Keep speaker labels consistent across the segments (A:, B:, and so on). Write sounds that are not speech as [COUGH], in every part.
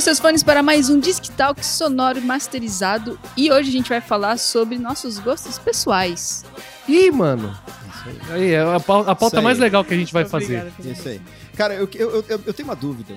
A: seus fones para mais um Disc Talk sonoro masterizado e hoje a gente vai falar sobre nossos gostos pessoais.
B: Ih, mano. Aí, é a pau- a pauta
C: aí.
B: mais legal que a gente vai fazer.
C: Isso aí. Cara, eu, eu, eu, eu tenho uma dúvida.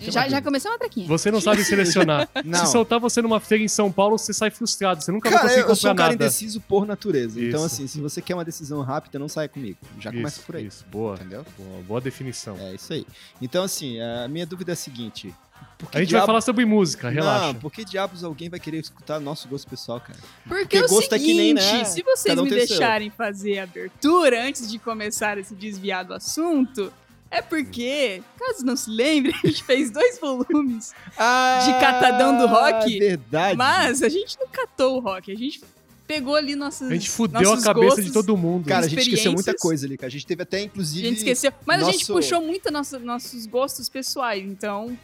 A: Já, já começou uma traquinha.
B: Você não sabe selecionar.
C: [LAUGHS] Não.
B: Se soltar você numa feira em São Paulo, você sai frustrado. Você nunca
C: Cara,
B: vai conseguir
C: eu sou um
B: comprar
C: cara
B: nada.
C: indeciso por natureza. Então,
B: Isso.
C: assim, se você quer uma decisão rápida, não saia comigo. Já começa por aí. Tá.
B: Isso, boa.
C: Entendeu?
B: Boa, boa definição.
C: É isso aí. Então, assim, a minha dúvida é a seguinte. Por que
B: a gente vai
C: diabo-
B: falar sobre música, relaxa.
C: Não, por que diabos alguém vai querer escutar nosso gosto pessoal, cara?
A: Porque
C: Porque
A: é o
C: gosto é
A: seguinte,
C: que nem, né?
A: se vocês
C: Cada um
A: me
C: tem o seu.
A: deixarem fazer a abertura antes de começar esse desviado assunto, é porque, caso não se lembre, [LAUGHS] a gente fez dois volumes, De catadão do rock?
C: Verdade.
A: mas a gente não catou o rock, a gente pegou ali nossas
B: A gente fudeu a cabeça de todo mundo.
C: Cara, a gente esqueceu
A: experiências.
C: muita coisa ali, cara. A gente teve até,
A: A
C: inclusive.
A: gente esqueceu, mas a gente
C: nosso-
A: puxou muito nossa- nossos gostos pessoais, então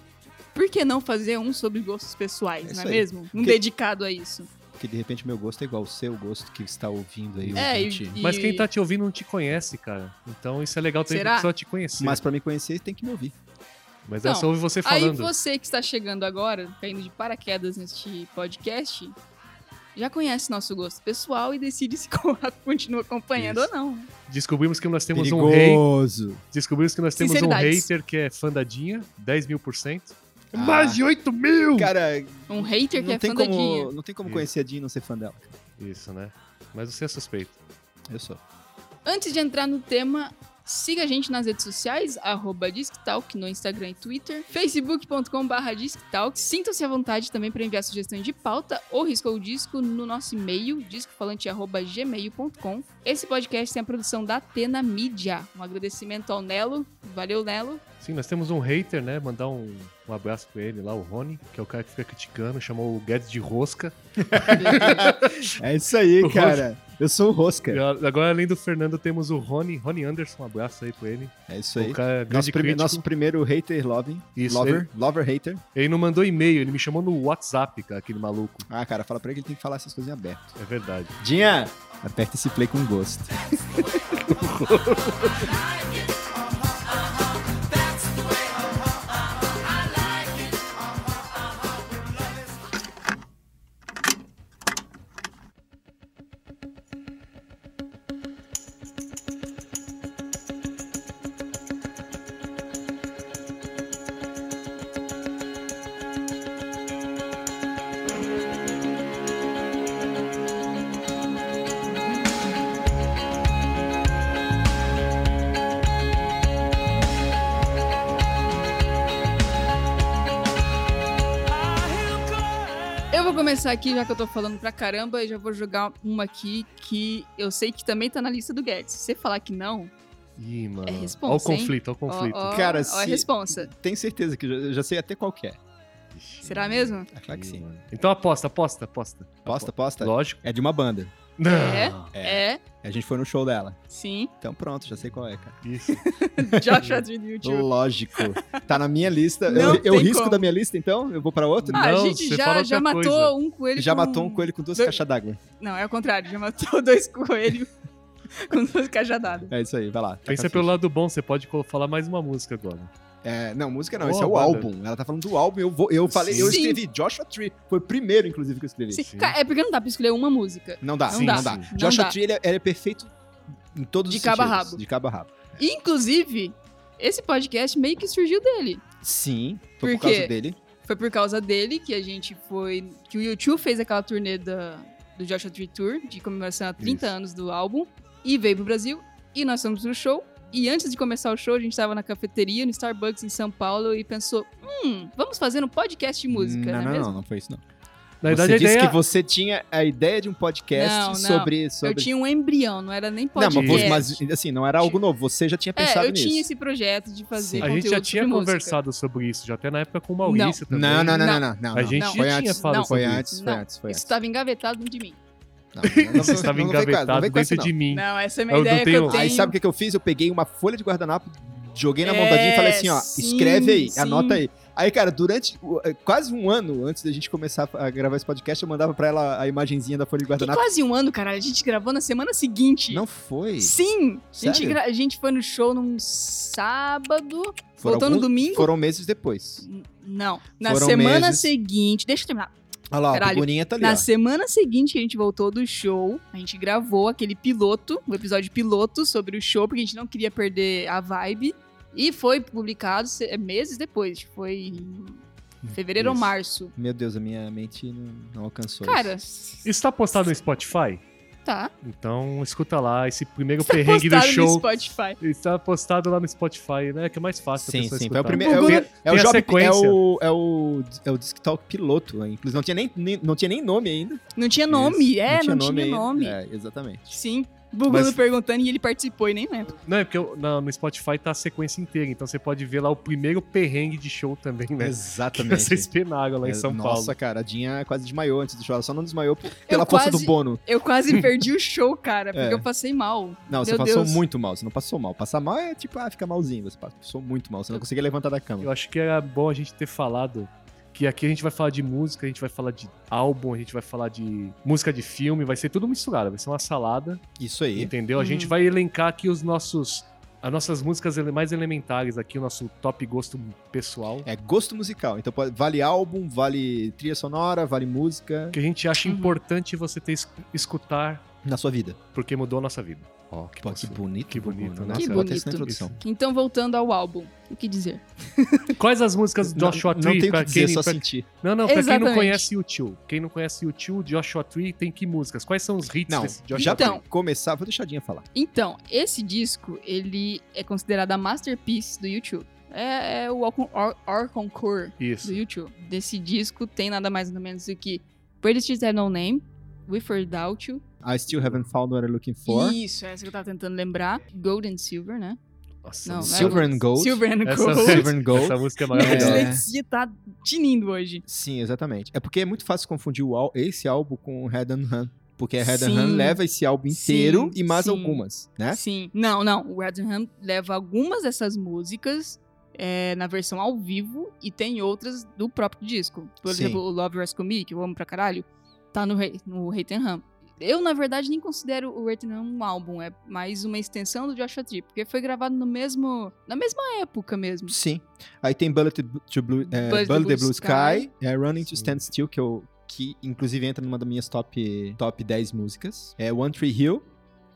A: por que não fazer um sobre gostos pessoais,
C: É
A: não é
C: isso aí.
A: mesmo? Um
C: Porque-
A: dedicado a isso.
C: Porque de repente meu gosto é igual ao seu gosto que está ouvindo aí.
A: É,
C: ouvinte.
A: e-
B: Mas quem tá te ouvindo não te conhece, cara. Então isso é legal também
A: Será?
B: pra pessoa te conhecer.
C: Mas pra me conhecer, tem que me ouvir.
B: Mas
A: Não.
B: ela só ouve você
A: Então, Aí
B: falando.
A: você que está chegando agora, caindo de paraquedas neste podcast, já conhece nosso gosto pessoal e decide [LAUGHS] se co- continua acompanhando
B: Isso.
A: ou não.
B: Descobrimos que nós temos um rei.
C: Perigoso.
B: Descobrimos que nós temos um
A: Sinceridades.
B: hater que é fã da Dinha, 10 mil por cento.
C: Ah.
B: Mais de 8 mil!
C: Cara,
A: Um hater que
C: não
A: é
C: tem,
A: fã da Dinha.
C: como, não tem como
B: Isso.
C: conhecer a Dinha e não ser fã dela. cara.
B: Isso, né? Mas você é suspeito.
A: [LAUGHS]
C: Eu sou.
A: Antes de entrar no tema, siga a gente nas redes sociais, arroba DiscTalk no Instagram e Twitter, facebook.com.br DiscTalk. Sintam-se à vontade também para enviar sugestões de pauta ou riscou o disco no nosso e-mail, discofalante.gmail.com. Esse podcast tem a produção da Atena Mídia. Um agradecimento ao Nelo. Valeu, Nelo.
B: Sim, nós temos um hater, né? Mandar um, um abraço pra ele lá, o Rony, que é o cara que fica criticando, chamou o Guedes de rosca.
C: É isso aí,
B: O
C: cara. Eu sou o Rosca.
B: E a- agora, além do Fernando, temos o Rony, Rony Anderson, um abraço aí pra ele.
C: É isso aí.
B: O cara é grande
C: Nosso, prime-
B: crítico.
C: nosso primeiro hater loving.
B: Isso,
C: lover. Lover hater.
B: Ele não mandou e-mail, ele me chamou no WhatsApp, cara, aquele maluco.
C: Ah, cara, fala pra ele que ele tem que falar essas coisas em aberto.
B: É verdade.
C: Dinha! Aperta esse play com gosto.
A: Eu vou começar aqui, já que eu tô falando pra caramba, e já vou jogar uma aqui que eu sei que também tá na lista do Guedes. Se você falar que não,
B: Ih, mano.
A: É
B: Olha o
A: responsa, hein?
B: conflito, olha o
A: ó,
B: conflito.
A: ó,
C: Cara,
A: ó a
C: se-
A: responsa.
C: Tenho certeza que eu já, eu já sei até qual que é.
B: Ixi.
A: Será mesmo?
C: É claro que sim.
B: Mano. Então aposta, aposta, aposta.
C: Posta, posta.
B: Lógico.
C: É de uma banda.
B: Não.
C: Ah,
A: É,
C: A gente foi no show dela.
A: sim. [LAUGHS]
C: Então pronto, já sei qual é, cara. [LAUGHS]
B: Isso.
A: Josh Adrian YouTube.
C: Lógico. Tá na minha lista.
A: Não
C: eu eu
A: tem
C: risco
A: como.
C: da minha lista, então? Eu vou pra outra?
A: Ah, a
B: Não,
A: gente
B: você fala
A: já, já
B: outra
A: matou
B: coisa.
A: um coelho
C: Já
A: com...
C: matou um coelho com duas
A: Dois-
C: caixas d'água.
A: Não, é o contrário. Já matou [LAUGHS] dois coelhos com duas cajadadas.
C: É isso aí, vai lá.
B: Pensa pelo lado bom, você pode col- falar mais uma música agora.
C: É, não, música não,
B: Boa,
C: esse é o
B: banda.
C: álbum. Ela tá falando do álbum. Eu, vou, eu falei, eu
A: Sim.
C: escrevi Joshua Tree. Foi o primeiro, inclusive, que eu escrevi.
A: Sim. Cara, É porque não dá pra escolher uma música.
C: Não dá,
A: Não
C: sim,
A: dá.
C: não dá.
B: Sim.
A: Não
C: Joshua
A: dá.
C: Tree, ele é, ele é perfeito em todos
A: De
C: os
A: cabo a
C: sentidos.
A: rabo.
C: De cabo a rabo.
A: Inclusive, esse podcast meio que surgiu dele.
C: Sim,
A: Por
C: foi por,
A: quê?
C: causa dele.
A: Foi por causa dele que a gente foi. que o YouTube fez aquela turnê da, do Joshua Tree Tour, de comemoração a 30
B: Isso.
A: anos do álbum, e veio pro Brasil, e nós fomos pro show. E antes de começar o show, a gente tava na cafeteria, no Starbucks em São Paulo, e pensou: hum, vamos fazer um podcast de música,
C: Não,
A: não é
C: não,
A: mesmo?
C: não, não foi isso, não.
B: Na
C: você
B: verdade, a
C: disse
B: ideia é
C: que você tinha a ideia de um podcast
A: Não, não.
C: sobre... sobre...
A: Eu tinha um embrião, não era nem
C: Não,
A: podcast.
C: mas, você- mas, assim, não era algo novo. Você já tinha pensado
A: é, eu
C: nisso.
A: tinha esse projeto de fazer
C: Sim.
B: a gente já
A: conteúdo
B: tinha
A: sobre música.
B: conversado sobre isso, já até na época com o Maurício também.
C: Não, não, não,
A: Não.
C: não, não, não.
B: A
C: não.
B: gente
A: Não.
B: já
C: Foi
B: tinha
C: antes.
B: falado
A: Não.
B: sobre
C: Foi
B: isso.
C: antes, foi
A: Não.
C: antes, foi
A: Isso
C: antes.
A: estava engavetado de mim.
C: Não, não, não,
B: Você
C: não,
B: estava
C: não vem com essa, não
B: engavetado
C: vem com essa,
B: dentro
C: não.
B: de mim.
A: Não, essa é uma
B: Eu não
A: ideia que
B: tenho-
A: eu tenho.
B: Aí
C: Aí sabe o que, que eu fiz? Eu peguei uma folha de guardanapo, joguei na
A: É,
C: mão da Dinha e falei assim, ó,
A: sim,
C: escreve aí,
A: sim.
C: anota aí. Aí, cara, durante o- eh, quase um ano antes da gente começar a gravar esse podcast, eu mandava pra ela a imagenzinha da folha de
A: Que
C: guardanapo.
A: quase um ano, cara. A gente gravou na semana seguinte.
C: Não foi.
A: Sim! A gente,
C: Sério?
A: gra- a gente foi no show num sábado.
C: Foram
A: Voltou no
C: alguns-
A: domingo?
C: Foram meses depois.
A: N- Não. Na
C: Foram
A: semana
C: meses.
A: seguinte. Deixa eu terminar.
C: Olha lá,
A: Caralho.
C: a Boninha tá ali,
A: Na
C: ó.
A: semana seguinte que a gente voltou do show, a gente gravou aquele piloto, o episódio piloto sobre o show, porque a gente não queria perder a vibe. E foi publicado se- é meses depois. acho que Foi em fevereiro ou
C: Isso.
A: março.
C: Meu Deus, a minha mente não, não alcançou
A: Cara,
B: Isso tá postado no Spotify?
A: tá.
B: Então escuta lá esse primeiro
A: Tá
B: perrengue do
A: postado no
B: show.
A: Spotify.
B: Está postado lá no Spotify, né? Que é mais fácil a
C: Sim,
B: pessoa
C: sim.
B: escutar.
C: Foi o primeiro. É
A: Google-
C: o, é
B: Tem
C: o
B: a
C: job, é
B: sequência.
C: o é o é o Disc Talk piloto, hein? inclusive não tinha nem, nem- não tinha nem nome ainda.
A: Não tinha nome.
C: Isso,
A: É, não tinha nome.
C: ainda. É, exatamente.
A: Sim. Bugulo
B: Mas-
A: perguntando e ele participou e nem lembro.
B: Não, é porque eu- na- no Spotify tá a sequência inteira, então você pode ver lá o primeiro perrengue de show também, né? Que [LAUGHS]
C: Exatamente.
B: vocês penaram lá em São
C: É, Nossa,
B: Paulo.
C: cara, a Dinha quase desmaiou antes do show. Ela só não desmaiou p- pela força
A: quase-
C: do Bono.
A: Eu
C: [LAUGHS]
A: quase perdi o show, cara, porque
C: É.
A: eu passei mal.
C: Não, você
A: Meu
C: passou
A: Deus.
C: muito mal. Você não passou mal. Passar mal é tipo, ah, fica malzinho. Você passou muito mal. Você não conseguia levantar da cama.
B: Eu acho que era bom a gente ter falado que aqui a gente vai falar de música, a gente vai falar de álbum, a gente vai falar de música de filme, vai ser tudo misturado, vai ser uma salada,
C: Isso aí.
B: entendeu? A
A: Uhum.
B: gente vai elencar aqui os nossos as nossas músicas ele- mais elementares aqui, o nosso top gosto pessoal,
C: É gosto musical. Então pode- vale álbum, vale trilha sonora, vale música
B: que a gente acha
A: Uhum.
B: importante você ter es- escutar
C: na sua vida.
B: porque mudou a nossa vida. Ó, que,
C: Pô, que
B: gostoso.
C: bonito.
B: Que
C: Gugu,
B: bonito,
C: né?
B: né?
C: Nossa,
A: Que
C: eu vou ter isso na
A: bonito.
C: introdução.
A: Então, voltando ao álbum, o que dizer?
B: Quais as músicas do
C: Não-
B: Joshua
C: não,
B: Tree?
C: tenho o
B: pra
C: que dizer,
B: quem-
C: só assim.
B: pra-
C: sentir.
B: Não, não, pra quem não
A: Exatamente.
B: conhece o Tio. Quem não conhece o Tio, Joshua Tree tem que músicas? Quais são os hits
C: Não,
B: desse Joshua
C: já
B: Tree?
A: Então.
C: pra começar, vou deixar a Dinha falar.
A: Então, esse disco, ele é considerado a masterpiece do YouTube. É, é o Or Concours do
B: Isso.
A: YouTube. Desse disco tem nada mais nada menos do que Greatest That No Name, With or Without You.
C: I still haven't found what I'm looking for.
A: Isso, essa que eu tava tentando lembrar. Gold and Silver, né?
B: Nossa,
A: Não,
B: Silver.
C: Silver and Gold.
A: Silver and [LAUGHS]
B: Essa-
A: Gold.
C: Silver and Gold.
B: Essa música é
A: Minha
C: Gold.
B: maravilhosa.
C: É.
A: dislexia tá tinindo hoje.
C: Sim, exatamente. É porque é muito fácil confundir o al- esse álbum com o Head and Hun. Porque a Head and
A: Sim.
C: Hun leva esse álbum
A: Sim,
C: inteiro e mais
A: sim.
C: algumas, né?
A: Sim. Não, não. O Redham leva algumas dessas músicas é, na versão ao vivo e tem outras do próprio disco. Por
C: Sim.
A: exemplo, o Love Rescue Me, que eu amo pra caralho, tá no, Re- no Ham. Eu, na verdade, nem considero o Ham um álbum, é mais uma extensão do Joshua Tree, porque foi gravado no mesmo. na mesma época mesmo.
C: Sim. Aí tem Bullet to Blue,
A: Bullet
C: é,
A: to
C: Bullet
A: Blue
C: the Blue Sky,
A: Sky.
C: é, Running to
B: Sim.
C: Stand Still, que, eu, que inclusive entra numa das minhas top, top 10 músicas. É One Tree Hill,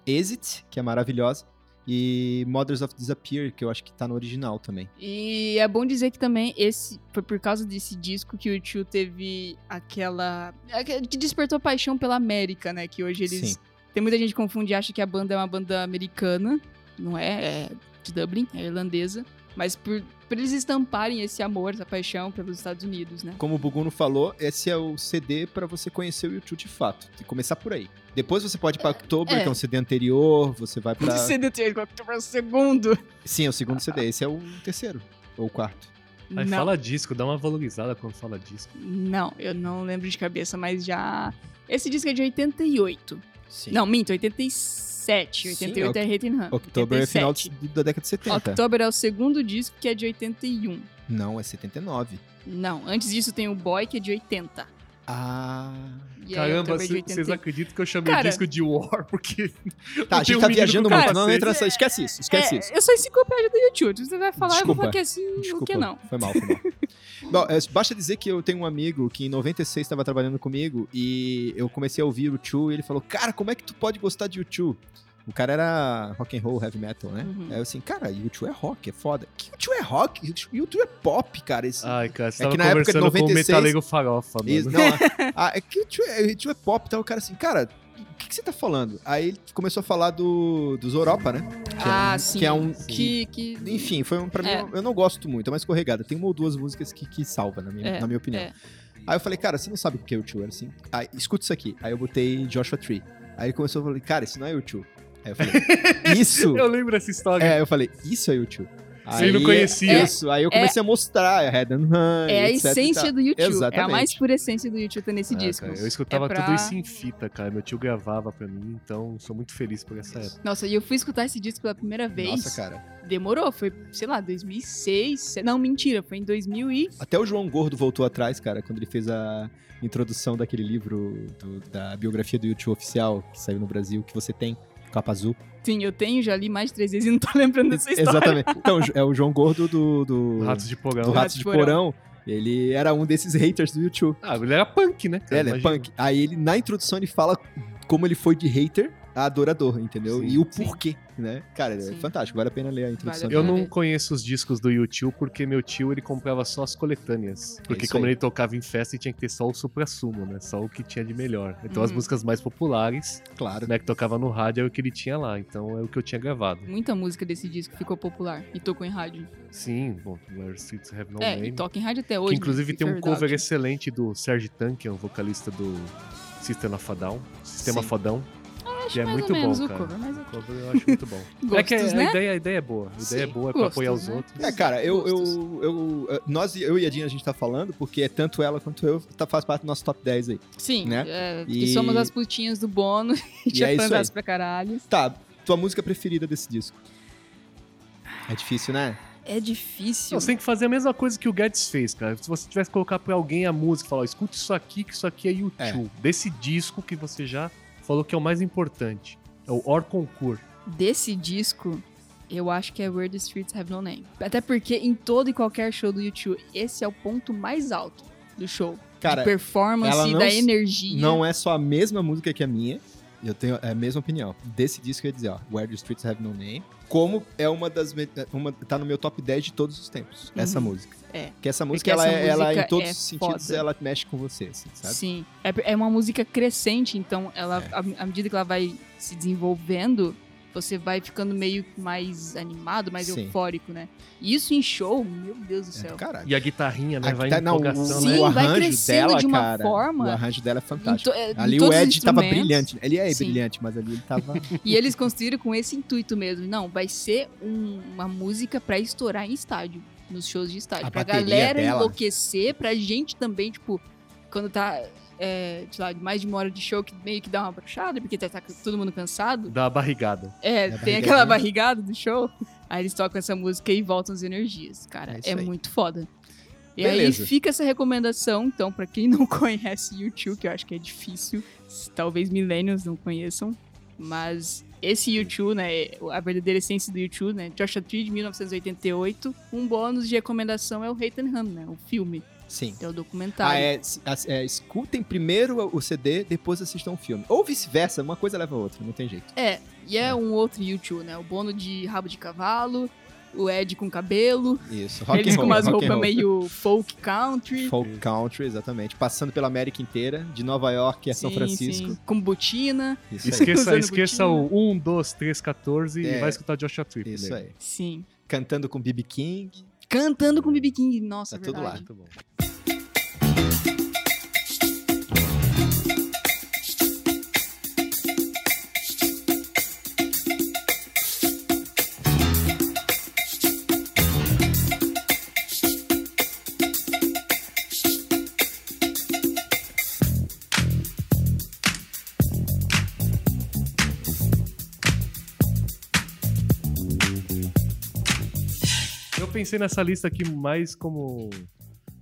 C: Exit, que é maravilhosa, e Mothers of Disappear, que eu acho que tá no original também.
A: E é bom dizer que também esse foi por causa desse disco que o tio teve aquela. aque- que despertou paixão pela América, né? Que hoje eles.
C: Sim.
A: Tem muita gente que confunde e acha que a banda é uma banda americana. Não é, é de Dublin, é irlandesa. Mas por, por eles estamparem esse amor, essa paixão pelos Estados Unidos, né?
C: Como o Buguno falou, esse é o CD pra você conhecer o YouTube de fato. Tem que começar por aí. Depois você pode ir pra October,
A: é.
C: que é um CD anterior, você vai pra...
A: CD3, o segundo.
C: Sim, é o segundo CD, esse é o terceiro, ou o quarto.
B: Aí
A: não,
B: fala disco, dá uma valorizada quando fala disco.
A: não, eu não lembro de cabeça, mas já. Esse disco é de 88.
C: Sim.
A: Não, minto, 87.
C: Sim,
A: 88 é Hating Hand.
C: October é final
A: 87.
C: de- da década de 70.
A: October é o segundo disco, que é de 81.
C: Não, é 79.
A: Não, antes disso tem o Boy, que é de 80.
C: Ah.
A: E aí,
B: Caramba,
A: October é de
B: cê- vocês
A: 81.
B: acreditam que eu chamei
A: Cara.
B: o disco de War [LAUGHS] porque.
C: Tá,
B: Tem
C: a gente
B: um
C: tá
B: menino
C: viajando
B: com
C: muito.
B: capacete.
C: Não entra essa. Esquece isso, esquece
A: É,
C: isso.
A: Eu sou enciclopédia do YouTube. Você vai falar, eu vou
C: Desculpa.
A: falar que é assim, o
C: Desculpa.
A: que não.
C: Foi mal, foi
A: [LAUGHS]
C: mal. Bom, é, basta dizer que eu tenho um amigo que em 96 estava trabalhando comigo e eu comecei a ouvir o Chu e ele falou: Cara, como é que tu pode gostar de U2? O cara era rock and roll, heavy metal, né?
A: Uhum.
C: Aí eu assim, cara, U2 é rock, é foda. Que U2 é rock? U2 é pop, cara. Esse,
A: Ah,
B: Ai, cara, você
C: É
B: tava
C: que na época de
B: conversando com o
C: 96
B: Metaleiro Farofa, mano.
C: Isso, não,
A: [LAUGHS]
C: a- a- é que o tio, é, o tio é pop, tá? O cara assim, cara, o que, que você tá falando? Aí ele começou a falar do, dos Europa, né? Que é
A: ah,
C: um-
A: sim.
C: Que é um. Que,
A: Que, que-
C: enfim, foi um, pra mim,
A: É.
C: eu- eu não gosto muito, é uma escorregada. Tem uma ou duas músicas que, que salva, na minha,
A: É,
C: na minha opinião.
A: é.
C: Aí eu falei, cara, você não sabe o que é o tio? Era assim, ah, escuta isso aqui. Aí eu botei Joshua Tree. Aí ele começou a falar, cara, isso não é o tio. Aí eu falei,
B: [LAUGHS]
C: isso!
B: Eu lembro essa história.
C: É, eu falei, isso é o tio.
B: Você não conhecia.
C: Isso, aí eu comecei a mostrar, Head and Hand,
A: É a
C: etc e
A: essência do YouTube. É a
C: Exatamente.
A: mais pura essência do YouTube tá nesse
B: Ah,
A: disco.
B: cara, eu escutava
A: É pra-
B: tudo isso em fita, cara. Meu tio gravava pra mim, então sou muito feliz por essa época.
A: Nossa, e eu fui escutar esse disco pela primeira
C: tal.
A: vez.
C: Nossa, cara.
A: Demorou, foi, sei lá, 2006. se- Não, mentira, foi em 2000 e...
C: Até o João Gordo voltou atrás, cara, quando ele fez a introdução daquele livro do- da biografia do YouTube oficial que saiu no Brasil, que você tem. Capa azul.
A: Sim, eu tenho, já li mais de três vezes e não tô [LAUGHS] lembrando dessa história.
C: Exatamente. Então, é o João Gordo do. do...
B: Ratos de
C: do
B: Pogão.
A: Rato
C: Ratos de Porão. Ele era um desses haters do YouTube.
B: Ah, ele era punk, né? cara?
C: ele é
B: Imagina.
C: punk. Aí ele, na introdução, ele fala como ele foi de hater a adorador, entendeu?
B: Sim.
C: e o
A: Sim.
C: porquê, né? Cara, é
A: Sim.
C: fantástico. Vale a pena ler a introdução.
A: Vale a
B: Eu
A: pena.
B: não conheço os discos do YouTube porque meu tio ele comprava só as
A: É
B: coletâneas. Porque
C: isso
B: como
C: aí.
B: ele tocava em festa, ele tinha que ter só o supra-sumo, né? Só o que tinha de melhor. Então as
A: Uhum.
B: músicas mais populares,
C: Claro.
B: né, que tocava no rádio, é o que ele tinha lá. Então é o que eu tinha gravado.
A: Muita música desse disco ficou popular e tocou em rádio.
B: Sim, bom, Where Streets Have No
A: é,
B: Name.
A: e toca em rádio até hoje. né?
B: Que inclusive tem um
A: Figured
B: cover
A: Out.
B: excelente do Serge Tankian, um vocalista do Sistema Fadão. Sistema
C: Sim.
B: Fadão. que é
A: Mais
B: muito
A: ou menos
B: bom,
A: o
B: cara.
A: cover, mas é
B: O cover eu acho muito bom. é
A: [LAUGHS]
B: que
A: Gostos,
B: a,
A: né?
B: ideia, a ideia é boa. A ideia é
A: Sim,
B: boa, é pra
A: gostos,
B: apoiar os
A: né?
B: outros.
C: É, cara, eu,
A: Gostos.
C: eu, eu, eh, nós, eu e a Dinha, a gente tá falando, porque é tanto ela quanto eu tá, faz parte do nosso top 10 aí.
A: Sim,
C: né?
A: é,
C: E-
A: que somos as putinhas do Bono. [LAUGHS] A gente
C: E é
A: é
C: isso
A: fantástico pra caralho.
C: Tá, tua música preferida desse disco? É difícil, né?
A: É difícil.
B: Você tem que fazer a mesma coisa que o Guedes fez, cara. Se você tivesse que colocar pra alguém a música, falar, ó, escute isso aqui, que isso aqui é YouTube. Desse disco que você já falou que é o mais importante. É o Or Concours.
A: Desse disco, eu acho que é Where the Streets Have No Name. Até porque em todo e qualquer show do YouTube, esse é o ponto mais alto do show.
C: Cara,
A: de performance,
C: ela não
A: da
C: s-
A: energia.
C: Não é só a mesma música que a minha. Eu tenho é a mesma opinião. Desse disco eu ia dizer, ó, Where the Streets Have No Name. Como é uma das. me- Uma, tá no meu top 10 de todos os tempos. Essa
A: Uhum.
C: música.
A: É.
C: Porque essa
A: Porque
C: música, ela,
A: essa
C: é- ela,
A: música
C: em todos
A: é
C: os sentidos,
A: foda.
C: ela mexe com você, assim, sabe? É.
A: Sim. É, é uma música crescente, então ela, à, à medida que ela vai se desenvolvendo, você vai ficando meio mais animado, mais
C: Sim.
A: eufórico, né? E isso em show, meu Deus do
C: É do
A: céu.
C: caralho.
B: E a guitarrinha, né?
C: A
B: vai
C: guitar-
B: em
C: não,
B: empolgação,
A: Sim,
B: né?
A: vai crescendo de uma forma.
C: O arranjo dela é
A: Em
C: fantástico.
A: to- é, em
C: Ali o
A: todos os
C: Ed tava
A: instrumentos.
C: brilhante. Ele é
A: Sim.
C: brilhante, mas ali ele
A: [LAUGHS]
C: tava.
A: E eles construíram com esse intuito mesmo. Não, vai ser um- uma música pra estourar em estádio, nos shows de estádio.
C: A
A: pra
C: bateria
A: galera
C: dela.
A: enlouquecer, pra gente também, tipo, quando tá, é, sei lá, mais de uma hora de show, que meio que dá uma brochada, porque tá, tá todo mundo cansado.
B: Da barrigada.
A: É, tem
C: Da barrigada,
A: aquela
C: né?
A: barrigada do show. Aí eles tocam essa música e voltam as energias. Cara,
C: É isso
A: é,
C: aí.
A: muito foda. E
C: Beleza.
A: aí fica essa recomendação, então, pra quem não [LAUGHS] conhece YouTube, que eu acho que é difícil, s- talvez millennials não conheçam, mas esse YouTube, né, a verdadeira essência do YouTube, né, Joshua Tree de 1988, um bônus de recomendação é o Hate and Hum, né, o filme,
C: Sim.
A: é o
C: Ah,
A: documentário.
C: é, se- as- é, escutem primeiro o CD, depois assistam o filme. Ou vice-versa, uma coisa leva a outra, não tem jeito.
A: é. e é um outro YouTube, né, o Bono de rabo de cavalo, o Ed com cabelo,
C: Isso, rock
A: eles
C: and roll,
A: com umas
C: rock and
A: roupas
C: roll.
A: meio folk country.
C: Folk country, exatamente. Passando pela América inteira, de Nova York a São
A: Sim,
C: Francisco.
A: sim. Com botina.
C: Isso,
B: Esqueça,
A: Usando
B: esqueça o 1, 2, 3, 14
C: É.
B: e vai escutar Joshua Tree.
C: aí. Isso aí.
A: Sim.
C: Cantando com B.B. King.
A: Cantando com BB King. Nossa,
C: Tá
A: é
C: tudo
A: verdade.
C: lá.
B: Muito bom. Eu pensei nessa lista aqui mais como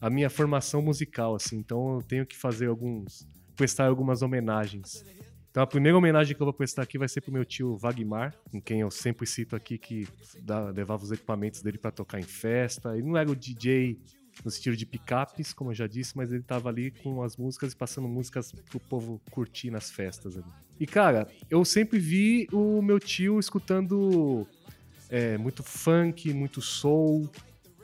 B: a minha formação musical, assim. Então eu tenho que fazer alguns. prestar algumas homenagens. Então a primeira homenagem que eu vou prestar aqui vai ser pro meu tio Vagmar, com quem eu sempre cito aqui que dá- levava os equipamentos dele pra tocar em festa. Ele não era o DJ no sentido de picapes, como eu já disse, mas ele tava ali com as músicas e passando músicas pro povo curtir nas festas. ali. E cara, eu sempre vi o meu tio escutando é, muito funk, muito soul,